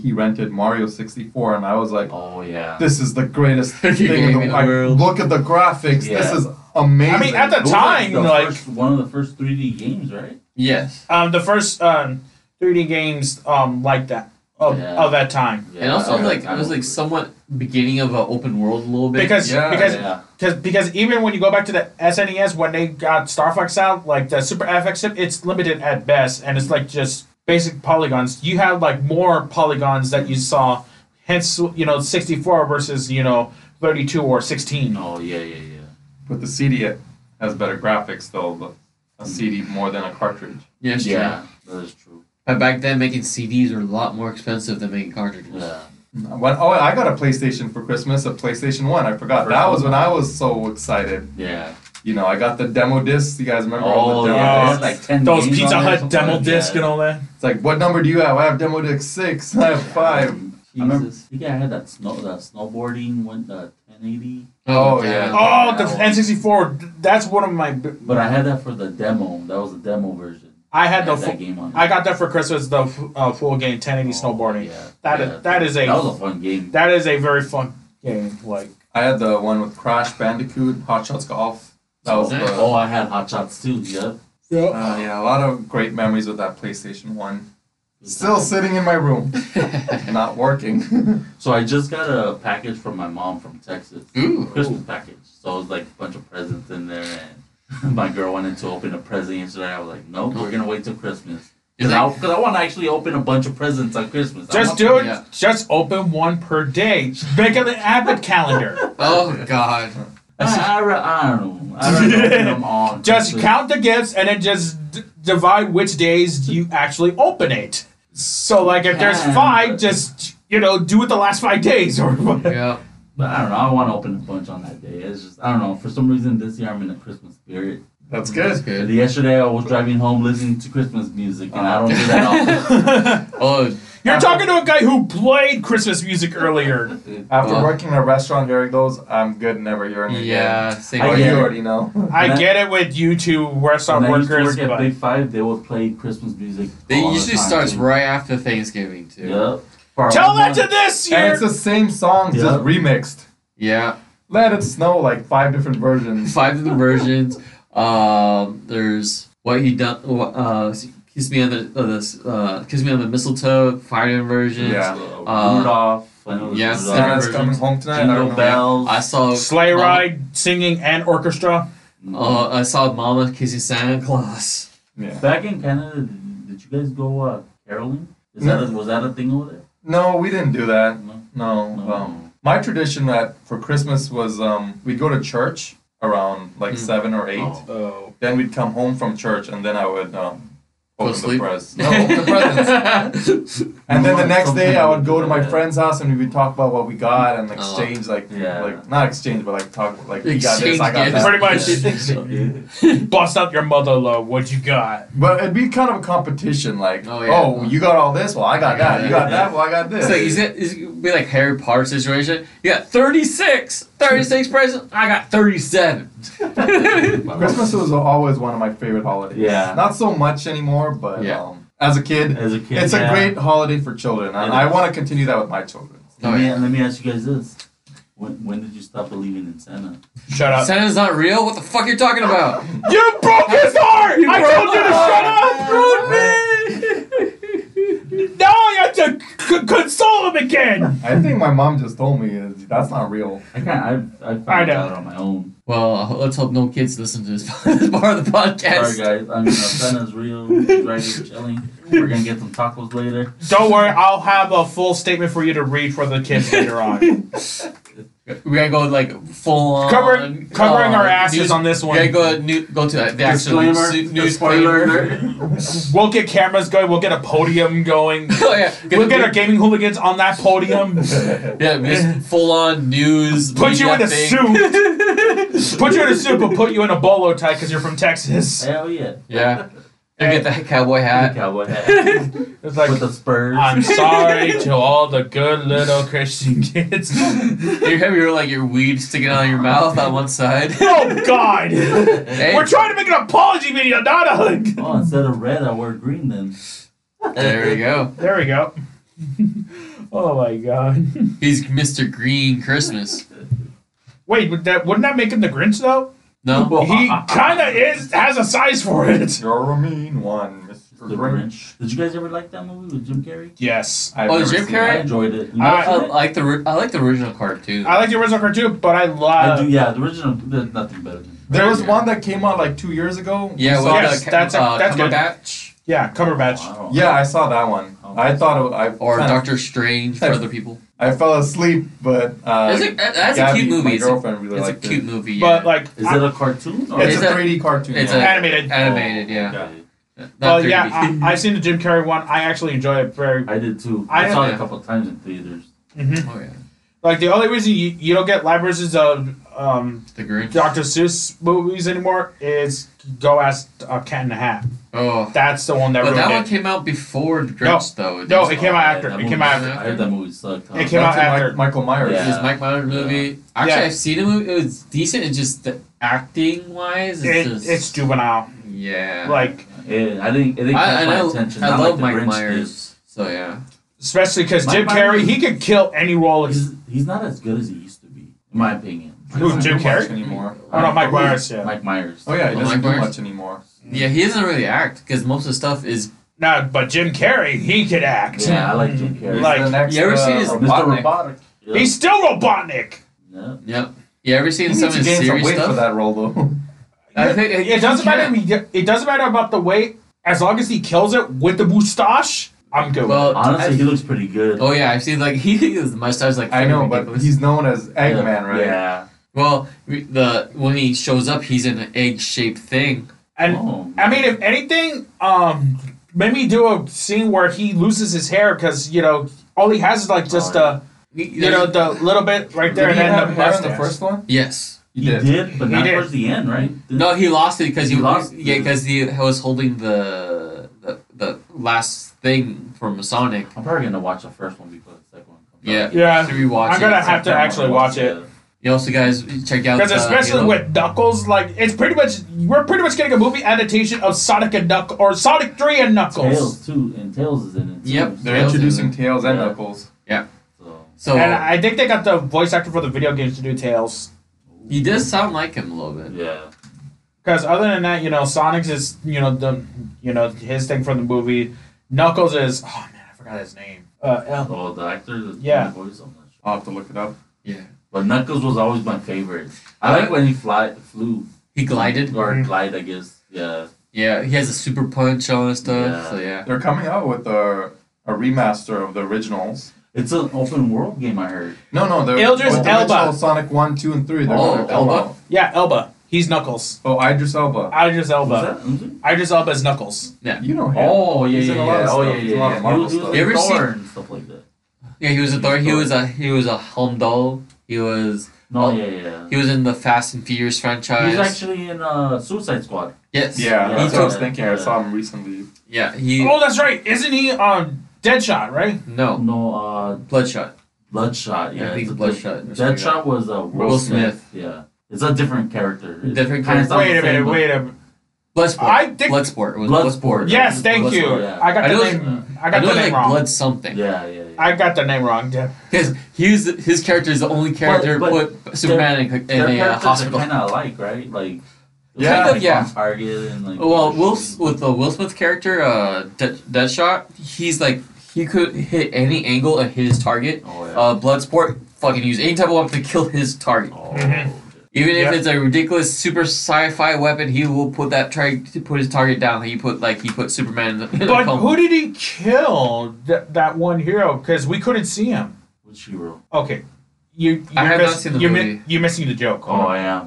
S4: he rented Mario 64, and I was like,
S3: Oh yeah.
S4: "This is the greatest
S1: You
S4: thing in
S1: gave
S4: the,
S1: me the
S4: like,
S1: world.
S4: Look at the graphics. This
S3: Yeah.
S4: is amazing."
S2: I mean, at the
S3: It was
S2: time,
S3: the
S2: like-
S3: first- one of the first 3D games, right?
S1: Yes,
S2: Um, the first um, 3D games um, like that of,
S3: Yeah.
S2: of that time.
S1: and also
S3: Yeah,
S1: like
S3: I
S1: it was like
S3: remember.
S1: somewhat beginning of an open world a little bit.
S2: Because
S4: Yeah,
S2: because
S3: yeah.
S2: because because even when you go back to the SNES when they got Star Fox out, like the Super FX, chip, it's limited at best, and it's like just basic polygons. You have like more polygons that you saw, hence you know sixty four versus you know 32 or 16.
S3: Oh yeah, yeah, yeah.
S4: But the CD has better graphics though, but a CD more than a cartridge.
S1: Yeah, it's true.
S3: yeah, that is true.
S1: But back then, making CDs were a lot more expensive than making cartridges.
S3: Yeah.
S4: When, oh, I got a PlayStation for Christmas, a PlayStation 1. I forgot. That was when I was so excited.
S3: Yeah.
S4: You know, I got the demo discs. You guys remember all
S3: Oh
S4: the demo
S2: yeah.
S3: yeah,
S4: discs?
S3: like ten.
S2: Those
S3: games
S2: Pizza
S3: on there or
S2: Hut
S3: something
S2: demo
S3: like
S2: disc
S3: that.
S2: and all that.
S4: It's like, what number do you have? I have demo disc 6. *laughs* I have 5.
S3: I remember. I think I had that snow, that snowboarding went uh, 1080,
S4: Oh,
S1: damn.
S4: yeah.
S2: Oh, the
S3: That one.
S2: N64. That's one of my.
S3: but I had that for the demo. That was the demo version.
S2: I had the.
S3: that
S2: Full,
S3: game on.
S2: I got that for Christmas. The f- uh, full game 1080
S3: Oh,
S2: snowboarding.
S3: Yeah.
S2: That
S3: yeah.
S2: is that is a
S3: that was a fun game.
S2: that is a very fun game. Like
S4: I had the one with Crash Bandicoot, Hot Shots Golf. That was
S1: Nice.
S4: the,
S3: oh, I had hot shots too. Yep.
S2: Oh.
S4: uh, yeah, a lot of great memories with that PlayStation 1. Still sitting in my room, not working.
S3: So I just got a package from my mom from Texas.
S1: *laughs* Ooh.
S3: Christmas package. So it was like a bunch of presents in there, and *laughs* my girl wanted to open a present yesterday. I was like, nope, we're gonna wait till Christmas.
S1: You're
S3: Because
S1: like-
S3: I, 'cause I want to actually open a bunch of presents on Christmas. I
S2: just
S3: want-
S2: do it.
S1: yeah.
S2: Just open one per day. Make an advent
S3: *laughs*
S2: calendar.
S1: Oh God.
S3: I, I, re- I don't know. I don't know. open them all. on
S2: Just
S3: Christmas.
S2: count the gifts and then just d- divide which days you actually open it. So like if there's
S3: Yeah.
S2: five, just you know do it the last five days or
S3: *laughs*
S2: whatever.
S1: yeah.
S3: But I don't know. I want to open a bunch on that day. It's just I don't know. For some reason this year I'm in a Christmas spirit.
S4: *laughs* That's
S1: That's
S4: good.
S3: And
S1: good.
S3: Yesterday I was driving home listening to Christmas music, and I don't do that
S2: *laughs*
S3: often.
S1: Oh,
S2: You're talking to a guy who played Christmas music earlier.
S4: After
S1: Uh.
S4: working in a restaurant, hearing those, I'm good never hearing again.
S1: yeah. Same
S4: Oh,
S3: I
S4: you
S3: get
S1: here.
S3: it.
S4: already know.
S2: I
S3: That-
S2: get it with you two restaurant
S3: When I used to
S2: workers,
S3: work at
S2: but
S3: Big Five, they would play Christmas music.
S1: It
S3: all the
S1: usually
S3: time,
S1: starts
S3: too.
S1: right after Thanksgiving too.
S3: Yep. For
S2: tell
S3: all
S2: that
S3: the-
S2: to this
S4: And
S2: year.
S4: it's the same songs, just
S3: Yeah.
S4: remixed.
S1: Yeah.
S4: Let it snow, like five different versions.
S1: Five of the versions. Um, there's what you done. Uh, kiss me on the uh, this, uh, kiss me on the mistletoe. Five different versions.
S4: Yeah.
S1: Uh,
S3: Rudolph. I know it's
S1: yes,
S3: Rudolph.
S4: Santa's
S1: versions.
S4: coming home tonight. I
S3: Jingle
S4: don't know.
S3: bells.
S1: I saw
S2: Sleigh ride, singing, and orchestra.
S1: Uh, I saw Mama kissing Santa Claus.
S4: Yeah.
S3: Back in Canada, did, did you guys go uh, caroling? Is that a,
S1: Hmm?
S3: was that a thing over there?
S4: No, we didn't do that.
S3: No.
S4: No.
S3: No.
S4: Um, my tradition that for Christmas was um, we'd go to church around like
S1: Mm.
S4: seven or eight.
S3: Oh.
S2: Oh.
S4: Then we'd come home from church, and then I would um,
S1: Go
S4: open the
S1: sleep? *laughs*
S4: presents. No,
S3: Oh,
S4: open the presents. And then the next day, I would go to my friend's house, and we would talk about what we got and exchange, like,
S3: Oh, Yeah.
S4: like not exchange, but like talk, like we got this,
S1: Exchange
S4: I got
S1: gifts.
S4: that.
S2: Pretty much.
S4: *laughs*
S3: Yeah.
S2: Bust out your mother love. What you got?
S4: But it'd be kind of a competition, like,
S1: Oh,
S4: oh,
S1: yeah.
S4: you got all this, well, I got that. You got
S3: Yeah.
S4: that, well, I got this.
S1: It's like he's gonna, it's gonna be like Harry Potter situation. You got 36, 36 presents. I got 37.
S4: *laughs* Christmas was always one of my favorite holidays.
S3: Yeah.
S4: Not so much anymore, but
S1: Yeah.
S4: um, as a kid,
S3: As a kid,
S4: it's
S3: yeah.
S4: a great holiday for children, and
S3: It
S4: I
S3: is.
S4: want to continue that with my children.
S1: Oh,
S3: Let me,
S1: yeah.
S3: let me ask you guys this: when, when did you stop believing in Santa?
S2: Shut *laughs* up.
S1: *laughs* Santa's not real? What the fuck are you talking about?
S2: You broke his heart! I told you to shut up! *laughs* Now I have to c- console him again!
S4: I think my mom just told me uh, that's not real.
S3: I can't. I I found
S2: I know.
S3: out on my own.
S1: well, uh, let's hope no kids listen to this *laughs* part of the podcast.
S3: Sorry guys. I mean, uh, Santa's real. He's right here chilling. We're gonna get some tacos later.
S2: Don't worry, I'll have a full statement for you to read for the kids later *laughs* on.
S1: We gotta go like full on. uh,
S2: Covering- covering our asses on this one.
S1: We gotta go, new, go to the actual
S3: Disclaimer.
S1: su-
S3: Disclaimer.
S1: news spoiler.
S2: We'll get cameras going, we'll get a podium going.
S1: *laughs* oh, yeah.
S2: We'll *laughs* get
S1: the-
S2: our gaming hooligans on that *laughs* podium.
S1: Yeah,
S2: *laughs*
S1: just full on news.
S2: Put you in
S1: media
S2: a
S1: thing.
S2: suit. *laughs* Put you in a suit, but put you in a bolo tie because you're from Texas.
S3: Hell yeah.
S1: Yeah. You get that cowboy hat.
S3: Cowboy hat
S2: *laughs* It's like,
S3: with the Spurs.
S2: I'm sorry to all the good little Christian kids. *laughs*
S1: You have your like your weed sticking out of your mouth on one side.
S2: Oh,
S1: *laughs*
S2: God!
S1: Hey,
S2: We're trying to make an apology video, not a hug.
S3: Oh, instead of red, I wear green then.
S1: there we go.
S2: There we go. *laughs* oh my god.
S1: He's Mr. Green Christmas.
S2: Wait, would that wouldn't that make him the Grinch though? *laughs*
S1: No,
S2: He kind of is has a size for it.
S4: You're a mean one, Mr.
S3: The Grinch. Did you guys ever like that movie with Jim Carrey?
S2: Yes.
S4: I've
S1: Oh,
S4: never
S1: Jim
S4: seen
S1: Carrey?
S3: I
S4: it.
S3: enjoyed it. You
S1: I,
S2: I-
S1: I
S3: watched it?
S1: like the ri- I like the original cartoon.
S2: I like the original cartoon, but I love.
S3: I do. Yeah, the original. There's nothing better. Than
S4: There was
S1: Yeah.
S4: one that came out like two years ago.
S1: yeah,
S4: You
S1: with
S4: saw
S2: Yes,
S1: the, ca-
S2: that's a-
S1: uh,
S2: that's good.
S1: Cumberbatch.
S2: Yeah, Cumberbatch.
S3: Wow.
S4: it? yeah, I saw that one.
S3: Oh, know.
S4: I thought it, I
S1: Or
S4: kinda-
S1: Doctor Strange for other people.
S4: I fell asleep, but uh,
S1: That's a, that's a
S4: Gabby,
S1: cute
S4: My
S1: movie. It's a,
S4: girlfriend really
S1: it's a
S4: liked it.
S1: cute movie. Yeah.
S2: But like,
S3: is
S2: I-
S3: it a cartoon? Or
S4: It's
S1: It's
S4: a
S1: a-
S4: 3D cartoon.
S1: it's
S4: yeah.
S1: a-
S2: animated.
S1: animated, yeah.
S3: Okay.
S1: Not
S2: oh. well, yeah,
S1: 3D.
S2: I, I've seen the Jim Carrey one. I actually enjoy it very.
S3: I did too.
S2: I
S3: I, saw it
S1: have-
S3: a couple times in theaters.
S2: Mhm.
S1: *laughs* oh yeah,
S2: Like the only reason you, you don't get live versions of um,
S1: The Grinch.
S2: Dr. Seuss movies anymore is Go Ask a Cat in a Hat.
S1: oh,
S2: That's the one that
S1: but
S2: ruined
S1: that
S2: it.
S1: one came out before The Grinch, though. It
S2: No,
S1: was-
S2: it came out after.
S3: that
S2: It
S3: movie-
S2: came out after.
S3: I heard that movie sucked. huh?
S2: It came out
S4: That's a Mi-
S2: after.
S4: Michael Myers.
S1: It was
S3: Yeah.
S1: Mike Myers movie. Actually,
S2: Yeah.
S1: I've seen a movie. It was decent. It's just the acting wise, it's
S2: It,
S1: just
S2: it's juvenile.
S1: yeah.
S2: Like,
S3: Yeah, I didn't. It didn't
S1: I, I
S3: catch my
S1: know.
S3: attention.
S1: I
S3: not
S1: love
S3: like the
S1: Mike
S3: Grinch
S1: Myers. So yeah,
S2: especially because
S3: My
S2: Jim
S3: mind
S2: Carrey,
S3: was-
S2: he could kill any role.
S3: Did.
S2: ex-
S3: He's he's not as good as he used to be, in my opinion.
S4: He doesn't
S2: Who, Jim
S4: do much
S2: Carrey?
S4: anymore.
S2: Oh, no, Mike Myers, yeah.
S3: Mike Myers.
S4: Oh yeah, he
S1: Oh,
S4: doesn't
S1: Mike
S4: do
S1: Myers?
S4: much anymore.
S1: yeah. He doesn't really act because most of the stuff is.
S2: No, but Jim Carrey, he could act.
S3: Yeah, I like Jim Carrey.
S4: He's
S2: Like-
S4: the next,
S1: You ever
S4: uh,
S1: seen his-
S3: Mr.
S4: Robotnik.
S3: Robotic. Yeah.
S2: Mm. He's still Robotnik.
S3: Yeah.
S1: Yep. You ever
S4: He
S1: seen
S4: needs
S1: some of
S4: to
S1: his
S4: gain some
S1: serious
S4: weight for
S1: stuff?
S4: that
S1: *laughs*
S4: role though.
S1: I think
S2: It, doesn't
S1: he
S2: matter.
S1: can.
S2: If he, get- it doesn't matter about the weight. As long as he kills it with the moustache, I'm good. with
S1: Well,
S3: Honestly,
S1: I-
S3: he looks pretty good.
S1: Oh yeah, I've seen like *laughs* he his mustache like.
S4: I know, but
S1: ridiculous.
S4: he's known as
S3: Yeah.
S4: Eggman, right?
S3: Yeah.
S1: well we- the when he shows up, he's in an egg shaped thing.
S2: it. and
S3: Oh.
S2: I mean, if anything, um, maybe do a scene where he loses his hair because you know all he has is like just
S3: Oh, yeah.
S2: uh you know the little bit right there and
S4: Did he
S2: then
S4: have
S2: the
S4: hair in
S2: mustache.
S4: the first one?
S1: yes.
S4: He
S3: He
S4: did.
S3: did, but
S2: He
S3: not
S2: did.
S3: towards the end, right?
S1: No, he lost it because he,
S3: He
S1: lost.
S3: lost-
S1: Yeah, because he was holding the, the the last thing from Masonic.
S3: I'm probably gonna watch the first one before the second one comes
S1: Yeah.
S3: out.
S2: Yeah.
S1: To rewatch
S2: I'm gonna
S1: it.
S2: have to
S3: Yeah, I'm
S2: actually
S3: gonna
S2: watch it.
S3: it.
S1: You also guys check out
S2: Because
S1: the
S2: especially
S1: uh, Halo-
S2: with Knuckles, like it's pretty much we're pretty much getting a movie adaptation of Sonic and Knuckles or Sonic Three and Knuckles.
S3: Tails too, and Tails is in it. Too,
S1: Yep.
S4: They're
S1: Tails
S4: introducing
S1: and-
S4: Tails and
S3: Yeah.
S4: Knuckles.
S3: So
S4: Oh.
S1: so
S2: And I think they got the voice actor for the video games to do Tails.
S1: he does sound like him a little bit.
S3: Yeah.
S2: Because other than that, you know, Sonic's is you know the you know his thing from the movie. Knuckles is oh man, I forgot his name. Uh, El-
S3: Oh, the actor. The
S2: Yeah.
S3: Voice, I'm not sure.
S4: I'll have to look it up.
S1: Yeah,
S3: But Knuckles was always my favorite. I like when he fly flew
S1: he glided.
S3: or
S4: Mm-hmm.
S2: Mhm.
S3: glide, I guess. Yeah.
S1: Yeah, he has a super punch on and stuff.
S3: Yeah.
S1: So yeah,
S4: They're coming out with a, a remaster of the originals.
S3: It's an open world game. I heard.
S4: No, no, they're
S2: Idris
S4: with the
S2: Elba.
S4: original Sonic One, Two, and Three. They're
S1: Oh,
S4: gonna come
S1: Elba?
S4: out.
S2: yeah, Elba. He's Knuckles.
S4: Oh, Idris Elba.
S2: Idris
S3: What's
S2: Elba.
S3: that? Mhm.
S2: Idris Elba is Knuckles.
S4: You know him.
S3: Oh yeah,
S4: He's
S3: yeah,
S4: in a lot
S3: yeah.
S4: of
S3: Oh
S4: stuff.
S3: yeah,
S4: He's in a lot of
S3: yeah.
S4: Marvel
S3: He was, he was
S4: stuff.
S3: in
S1: You ever
S3: Thor
S1: seen-
S3: and stuff like that.
S1: yeah, he was a
S3: He's
S1: Thor. He
S3: Thor.
S1: was a he was a Heimdall. He was
S3: No,
S1: Oh.
S3: yeah, yeah.
S1: he was in the Fast and Furious
S3: yeah.
S1: franchise.
S3: He's actually in uh, Suicide Squad.
S1: yes.
S4: Yeah,
S3: Yeah.
S4: that's
S1: He
S4: what I was
S1: took-
S4: thinking. I saw him recently.
S1: yeah. He
S2: Oh, that's right. Isn't he um Deadshot? Right.
S1: no
S3: No, uh,
S1: Bloodshot.
S3: Bloodshot.
S1: Yeah,
S3: Yeah,
S1: I think
S3: it's a
S1: Bloodshot.
S3: diff-
S1: or something like that.
S3: Deadshot was uh, Will,
S1: Will Smith.
S3: Yeah, it's a different character. It's
S1: Different
S3: kinda
S1: character.
S3: sounds
S2: Wait
S3: the
S2: a
S3: same,
S2: minute.
S3: but-
S2: Wait a. minute.
S1: Bloodsport.
S2: I think-
S1: Bloodsport. It was
S3: Bloodsport.
S1: Bloodsport.
S2: Yes, thank
S1: Bloodsport.
S2: you.
S3: yeah.
S2: I got
S1: I
S2: the
S1: know-
S2: name. I
S1: I
S2: got
S1: know
S2: the
S1: like
S2: name wrong.
S1: blood something.
S3: Yeah, yeah, yeah.
S2: I got the name wrong. Yeah.
S1: *laughs* Because he's his character is the only character
S3: But- but
S1: put Superman in, in
S3: Their
S1: a uh,
S3: characters
S1: hospital.
S3: are kind of alike, right? Like,
S4: Yeah.
S3: like
S1: Kind of, yeah.
S3: on Target and like. Oh,
S1: Well, Will S- with the Will Smith character, uh, De- Deadshot, he's like he could hit any angle at his target.
S3: Oh, yeah.
S1: Uh, Bloodsport fucking use any type of weapon to kill his target.
S3: oh,
S2: Mhm.
S3: shit.
S1: Even
S2: Yeah.
S1: if it's a ridiculous super sci-fi weapon, he will put that try to put his target down. He put like he put Superman in the. in the
S2: But
S1: coma.
S2: who did he kill? Th- that one hero, because we couldn't see him.
S3: Which hero?
S2: Okay, you.
S1: I
S2: you're
S1: have not
S2: miss-
S1: seen the
S2: you're
S1: movie.
S2: you're missing the joke.
S3: Oh, yeah.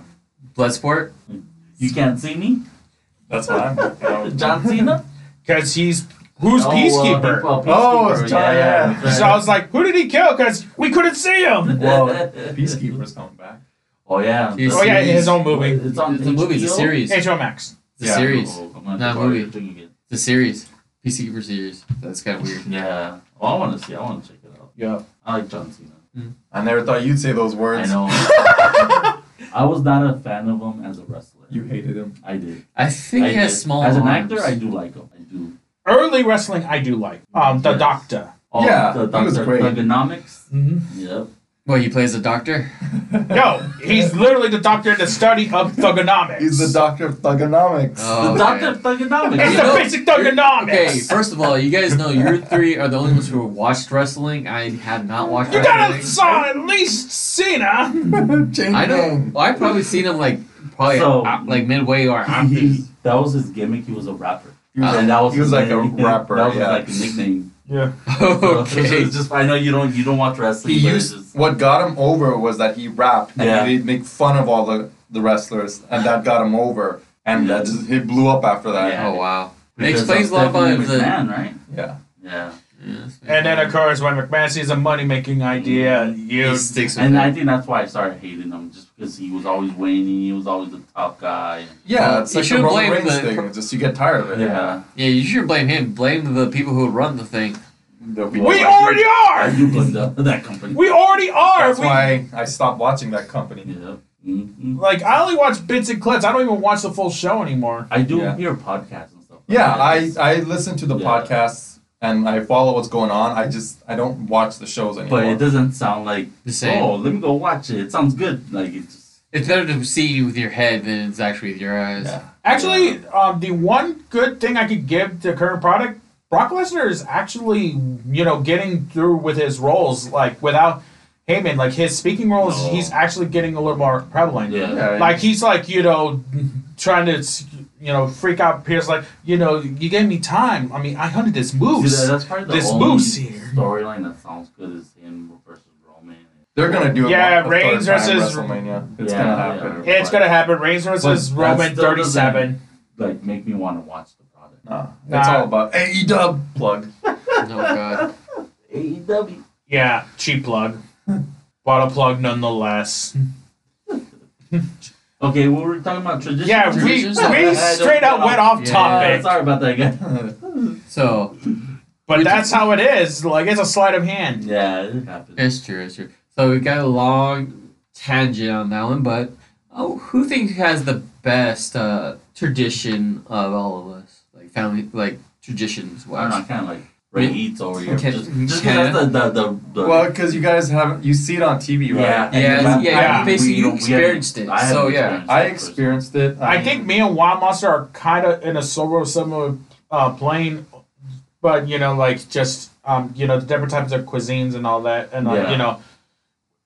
S1: Bloodsport?
S3: You can't see me,
S4: That's what
S1: *laughs*
S4: I'm.
S3: John Cena.
S2: Because he's who's
S3: Oh, uh,
S2: peacekeeper.
S3: well,
S4: Oh,
S3: Peacekeeper,
S4: it's John- yeah.
S2: so I was like, who did he kill? Because we couldn't see him.
S4: Well, Peacekeeper's coming back.
S3: Oh yeah.
S1: He's-
S2: Oh yeah,
S1: Series.
S2: his own movie.
S3: It's on
S1: It's a movie. It's a
S3: HBO?
S1: series. It's
S2: HBO Max.
S1: a
S4: Yeah.
S1: series.
S3: Oh, I'm gonna
S1: Not a
S3: borrow your
S1: movie.
S3: thing again.
S1: It's a series. Peacekeeper series. That's kind of weird.
S3: Yeah. Oh, I want to see. I want to check it out.
S2: Yeah.
S3: I like John Cena.
S4: I never thought you'd say those
S3: I
S4: words. *laughs*
S3: know. I was not a fan of him as a wrestler.
S4: You hated him.
S3: I did.
S1: I think
S3: I
S1: he has
S3: did.
S1: small
S3: As an
S1: arms.
S3: actor, I do like him. I do.
S2: Early wrestling, I do like. Um, the
S3: Yes.
S2: Doctor.
S3: Oh,
S4: Yeah,
S3: the
S4: he was
S3: Dr.
S4: great.
S3: Thugonomics.
S2: Mm-hmm.
S3: Yep.
S1: Well, he plays a doctor.
S2: No, he's literally the Doctor in the study of thugonomics.
S4: He's the doctor of thugonomics.
S1: Oh,
S3: the
S1: okay.
S3: Dr. Thugonomics.
S2: It's
S1: You
S2: the
S1: know-
S2: basic thugonomics.
S1: Okay, first of all, you guys
S2: *laughs*
S1: know you three are the only ones who watched wrestling. I have not watched
S2: you gotta
S1: wrestling.
S2: saw at least Cena.
S4: *laughs* Chain
S1: I know.
S3: *laughs*
S4: gang.
S1: Well, I've probably seen him like probably
S3: So-
S1: uh, like midway or
S3: He-
S1: after.
S3: he- that was his gimmick. He was a rapper.
S4: He was,
S1: Uh,
S4: a-
S3: and that was
S4: he was
S3: his
S4: like a
S3: name.
S4: rapper.
S3: that was
S4: yeah.
S3: like a nickname.
S2: Yeah.
S3: So
S1: *laughs* okay.
S3: it's just I know you don't you don't watch wrestling.
S4: He
S3: but it's
S4: used
S3: just,
S4: what got him over was that he rapped and
S3: Yeah.
S4: he'd make fun of all the, the wrestlers, and that got him over, and that just he blew up after that.
S3: Yeah.
S1: Oh wow. It
S3: because
S1: explains
S3: of
S1: a lot
S3: Stephanie
S1: about the.
S3: McMahon, right?
S4: Yeah.
S3: Yeah,
S1: Yeah.
S2: And then of course, when McMahon sees a money making idea, you
S1: he sticks with
S3: and
S1: it.
S3: I think that's why I started hating him, just because he was always winning, he was always the top guy.
S4: Yeah, Uh, it's
S1: You
S4: like the
S1: should
S4: Roman
S1: blame
S4: Reigns
S1: the-
S4: thing. It's just you get tired of it.
S3: Yeah,
S1: Yeah, you should blame him. Blame the people who run the thing.
S4: The-
S2: we already
S3: I
S2: are.
S3: do blame the- that company.
S2: We already are.
S4: That's
S2: We-
S4: why I stopped watching that company.
S3: yeah. hmm
S2: like I only watch bits and clips. I don't even watch the full show anymore.
S3: I do
S4: Yeah.
S3: hear podcasts and stuff. like
S4: Yeah,
S3: that.
S4: I, I listen to the
S3: Yeah.
S4: podcasts and I follow what's going on. I just I don't watch the shows anymore.
S3: but it doesn't sound like
S1: The same.
S3: Oh, let me go watch it. It sounds good. Like it just
S1: It's better to see with your head than it's actually with your eyes.
S4: Yeah.
S2: Actually, um, the one good thing I could give to current product, Brock Lesnar is actually you know getting through with his roles like without Heyman. Like his speaking roles,
S3: No.
S2: he's actually getting a little more prevalent.
S3: yeah.
S4: Yeah.
S2: Like he's like you know trying to you know freak out Pierce. Like you know you gave me time. I mean I hunted this
S3: See,
S2: moose.
S3: that- that's probably the
S2: This
S3: only
S2: moose here.
S3: storyline that sounds good is him versus Roman.
S4: They're gonna do it.
S2: Yeah,
S4: one- a third
S2: Reigns
S4: time
S2: versus-
S4: WrestleMania. It's
S3: Yeah,
S4: gonna
S3: yeah.
S4: happen.
S2: It's
S3: But-
S2: gonna happen. Reigns versus
S3: But that
S2: Roman
S3: still doesn't-
S2: thirty-seven.
S3: Like make me want to watch the product.
S4: Nah, it's
S2: Nah.
S4: all about AEW plug.
S1: *laughs* Oh god.
S3: AEW.
S2: Yeah, cheap plug.
S3: Hmm.
S2: Bottle plug nonetheless.
S3: Okay, well we're talking about tradition.
S2: Yeah, we,
S1: Traditions of
S2: we
S1: the
S2: straight up went off
S1: Yeah.
S2: topic.
S3: sorry about that guy.
S1: So
S2: But
S1: We
S2: that's how it is. Like it's a sleight of hand.
S3: *laughs* yeah, it happened.
S1: It's true, it's true. So we got a long tangent on that one, but oh, who thinks has the best uh, tradition of all of us? Like family, like traditions
S3: I don't know,
S1: wise.
S3: kind of like Ray
S1: We-
S3: Eats over here.
S1: Okay,
S3: Just, just 'cause
S1: yeah.
S3: that's the, the, the, the
S4: Well, because you guys haven't, you see it on TV, right?
S3: yeah,
S1: Yeah,
S3: and
S1: yeah,
S3: we-
S2: yeah,
S3: we-
S1: basically
S3: we
S1: you
S3: don't- we haven't-
S1: experienced it,
S3: I haven't
S1: so yeah.
S3: experienced
S4: I
S3: it personally.
S4: experienced it. Um,
S2: I
S4: mean,
S2: think me and Wild Monster are kind of in a solo similar uh, plane, but you know, like just um, you know, the different types of cuisines and all that, and like
S3: Yeah.
S2: you know,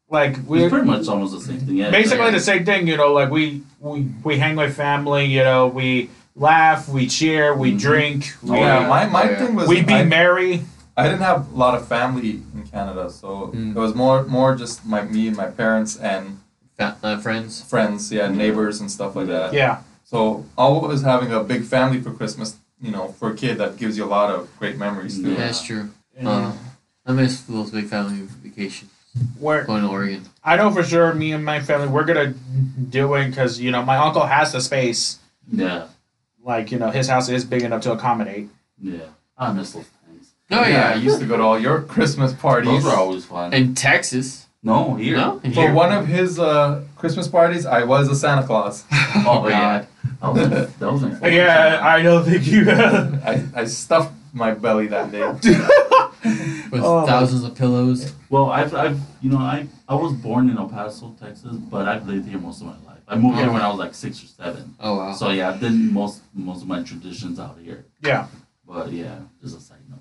S2: like we
S3: It's pretty much almost the same thing. Yeah,
S2: basically
S3: yeah.
S2: the same thing. You know, like we we we hang with family. You know, we laugh, we cheer, we
S3: Mhm.
S2: drink, we, uh,
S4: Yeah, my, my
S1: Oh, yeah.
S4: thing was
S2: we be
S4: I,
S2: merry.
S4: I didn't have a lot of family in Canada, so
S1: Mm.
S4: it was more more just my me and my parents and
S1: Fa- uh, friends.
S4: friends, yeah, neighbors and stuff like that.
S2: Yeah,
S4: So always having a big family for Christmas, you know, for a kid that gives you a lot of great memories.
S1: Yeah.
S4: Too.
S3: Yeah.
S1: That's true.
S2: And
S3: Uh-huh.
S1: Uh, I miss those big family vacations.
S2: we're
S1: Going to Oregon.
S2: I know for sure. Me and my family, we're gonna do it because you know my uncle has the space.
S3: Yeah,
S2: Like you know, his house is big enough to accommodate.
S3: yeah. I miss those times.
S1: Oh
S4: yeah, I
S1: yeah.
S4: used to go to all your *laughs* Christmas parties.
S3: Those are always fun.
S1: In Texas.
S3: no, here.
S1: No? In
S4: For
S1: here?
S4: one of his uh, Christmas parties, I was a Santa Claus.
S1: oh god. *laughs*
S3: That was, in- that was in Fort
S2: Yeah,
S3: Worth.
S2: I don't think you.
S4: I, I stuffed my belly that day.
S1: With
S2: Oh, my-
S1: thousands of pillows.
S3: Well, I've, I've, you know, I, I was born in El Paso, Texas, but I've lived here most of my life. I moved here when I was like six or seven.
S1: Oh wow. *laughs*
S3: So yeah, I've done most, most of my traditions out here.
S2: yeah.
S3: But yeah, just a side note.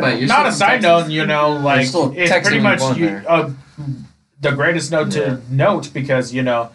S1: but you're
S2: Not
S1: still in
S2: a side
S1: Texas.
S2: note, you know, like
S1: still
S2: it's
S1: Texan when you're
S2: pretty much
S1: born
S2: you,
S1: there.
S2: uh, the greatest note
S3: Yeah.
S2: to note because you know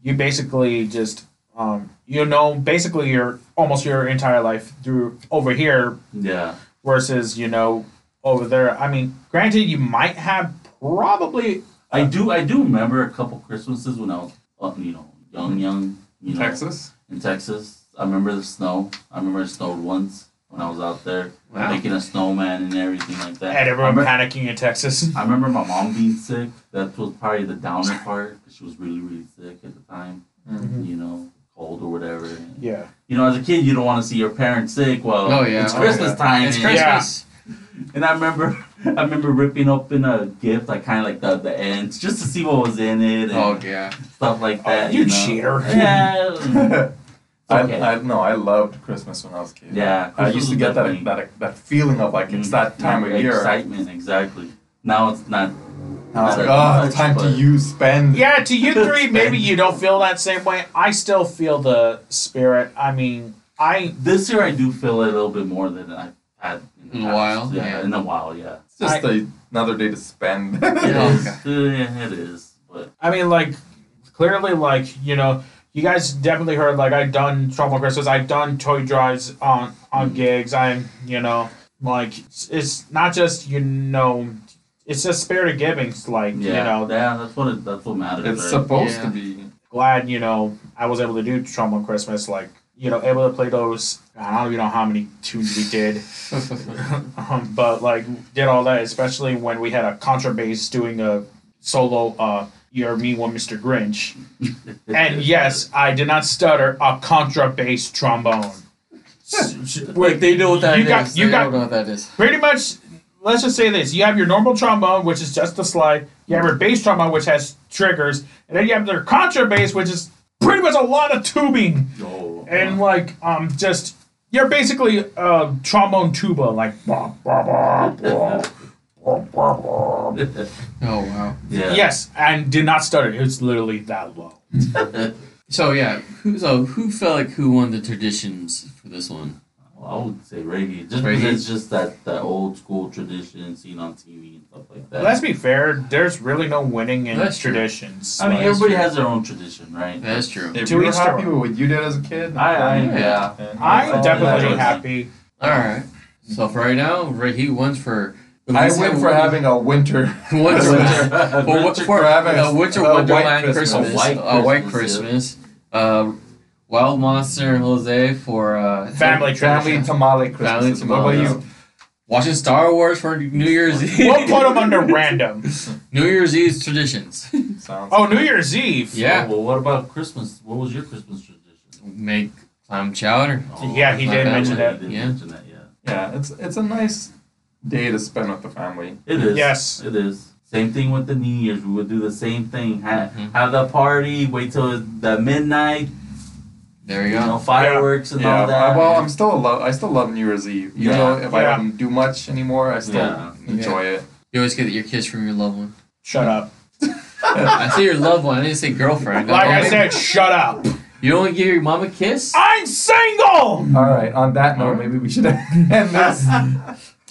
S2: you basically just um, you know basically your almost your entire life through over here
S3: Yeah.
S2: versus you know over there. I mean, granted, you might have probably
S3: I do, I do remember a couple Christmases when I was, uh, you know, young, young, you know,
S4: Texas?
S3: *laughs* in Texas. I remember the snow. I remember it snowed once when I was out there
S1: Wow.
S3: making a snowman and everything like that.
S2: and
S3: I
S2: everyone
S3: remember-
S2: panicking in Texas.
S3: I remember my mom being sick. That was probably the downer part. 'cause She was really, really sick at the time.
S2: Mhm.
S3: You know, cold or whatever. And,
S2: Yeah.
S3: You know, as a kid, you don't want to see your parents sick. Well,
S1: Oh, yeah.
S3: it's
S4: Oh,
S3: Christmas
S4: yeah.
S3: time.
S1: It's
S3: and-
S2: Yeah.
S1: Christmas.
S3: *laughs* And I remember, *laughs* I remember ripping open a gift, like kind of like the the ends, just to see what was in it and
S1: Oh yeah.
S3: stuff like that.
S2: Oh, Uh, you
S3: know?
S2: cheater. *laughs*
S3: Yeah.
S4: *laughs* I,
S3: Okay.
S4: I no, I loved Christmas when I was a kid.
S3: *laughs* yeah.
S4: I used to get that,
S3: Christmas
S4: that that feeling of like it's that time of year.
S3: Mm. Excitement, exactly. Now it's not.
S4: I was like,
S3: Not
S4: oh,
S3: much,
S4: it's time to
S3: but-
S4: you spend.
S2: Yeah, to you three, maybe you don't feel that same way. I still feel the spirit. I mean, I
S3: This year I do feel it a little bit more than I've had in, the
S1: In a
S3: past.
S1: while,
S3: Yeah,
S1: yeah.
S3: in a while, yeah.
S4: It's just
S2: I-
S4: a- another day to spend.
S3: It
S1: Yeah.
S3: is. Yeah, it is. But
S2: I mean, like, clearly, like, you know, you guys definitely heard, like, I've done Trouble Christmas, I've done toy drives on on
S3: Mhm.
S2: gigs, I'm, you know, Like it's- it's not just you know, it's just spirit of giving. Like
S3: Yeah,
S2: you know,
S3: yeah, that's what it, that's what matters.
S4: It's
S3: right?
S4: supposed
S1: Yeah.
S4: to be.
S2: glad you know I was able to do Trump on Christmas. Like you know, able to play those. I don't even know how many tunes we did,
S1: *laughs*
S2: um, but like did all that. Especially when we had a contrabass doing a solo. uh You're me, one Mr. Grinch.
S1: *laughs*
S2: And yes, I did not stutter a contrabass trombone.
S1: Wait, they know what that is.
S2: you got- you
S1: they
S2: got-
S1: don't know what that is.
S2: Pretty much, let's just say this: you have your normal trombone, which is just the slide. You have your bass trombone, which has triggers, and then you have their contrabass, which is pretty much a lot of tubing
S3: Oh, *laughs*
S2: and like um just you're basically a trombone tuba, like bah, bah, bah, bah, bah, bah, bah.
S1: Oh wow.
S3: yeah.
S2: yes, and did not stutter. It's literally that low.
S1: So yeah, who so who felt like who won the traditions for this one?
S3: Well, I would say reggae, just
S1: Reggae.
S3: because it's just that, that old school tradition seen on TV and stuff like that.
S2: Let's be fair. There's really no winning in
S1: That's true.
S2: traditions.
S3: I mean,
S2: Like,
S3: everybody has their own tradition, right?
S1: That's true.
S4: If
S2: To
S4: you were
S2: each their
S4: happy
S2: own.
S4: with what you did as a kid,
S3: I, I
S1: Yeah.
S3: yeah.
S4: then that's
S2: I'm
S4: all
S2: definitely
S4: that matters.
S2: happy.
S1: All right. So for right now, Ray, he wins for.
S4: I went for having a winter.
S1: Winter.
S4: *laughs*
S3: Winter-
S1: Well, what, for
S4: for having
S1: uh, Winter
S4: a white
S1: Wonderland
S4: Christmas.
S1: Christmas,
S3: A white
S1: a white Christmas,
S3: Christmas,
S1: uh, Wild Monster and Jose for uh,
S2: Family
S4: Family
S2: tradition.
S4: tamale Christmas.
S1: Family
S4: What
S1: tamale.
S4: about you?
S1: watching Star Wars for New Year's Eve.
S2: We'll put them
S3: *laughs*
S2: under random.
S1: *laughs* New Year's Eve's traditions.
S4: Sounds
S2: Oh, New Year's Eve.
S1: Yeah,
S3: Well, what about Christmas? What was your Christmas tradition?
S1: make clam chowder.
S2: Oh, Yeah, he
S1: did mention
S2: that.
S3: He did
S1: Yeah.
S3: mention that. Yeah,
S4: Yeah, it's it's a nice day to spend with the family.
S3: it is.
S2: Yes.
S3: it is. Same thing with the New Year's. We would do the same thing. Have,
S1: Mhm.
S3: have the party. Wait till the midnight.
S1: There you
S3: You
S1: go.
S3: know, fireworks and
S4: yeah,
S3: all that.
S4: well, I'm still love. I still love New Year's Eve. You
S3: Yeah.
S4: know, if I
S2: Yeah.
S4: don't do much anymore, I still
S3: Yeah.
S4: enjoy it.
S1: You always get your kiss from your loved one.
S2: Shut up.
S1: I say your loved one. I didn't say girlfriend.
S2: Like I
S1: Don't-
S2: said, shut up.
S1: you don't give your mom a kiss.
S2: I'm single.
S4: All right. On that note, maybe we should *laughs* end this.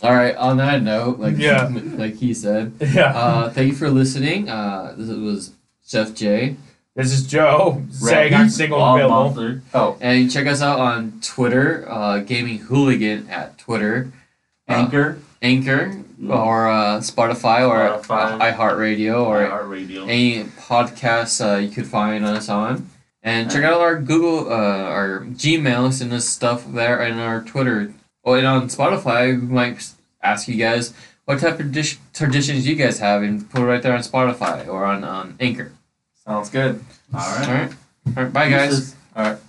S1: All right. On that note, like
S2: Yeah.
S1: *laughs* like he said,
S2: *laughs* Yeah.
S1: uh, thank you for listening. Uh, this was Chef J,
S2: this is Joe saying
S4: Right.
S2: I'm single
S3: Wild
S2: and available.
S3: Monster.
S4: Oh,
S1: and check us out on Twitter, uh, Gaming Hooligan at Twitter, uh,
S3: Anchor,
S1: Anchor, or uh, Spotify, or
S3: Spotify.
S1: iHeartRadio, or
S3: Radio.
S1: any podcasts uh, you could find us on. And check out our Google, uh, our Gmail, send us stuff there, and our Twitter. Oh, and on Spotify, we might ask you guys what type of dish- traditions you guys have, and put it right there on Spotify or on, on Anchor.
S4: sounds good.
S3: All
S1: All
S3: right.
S1: right, all right, bye guys.
S3: Deuces.
S4: All right.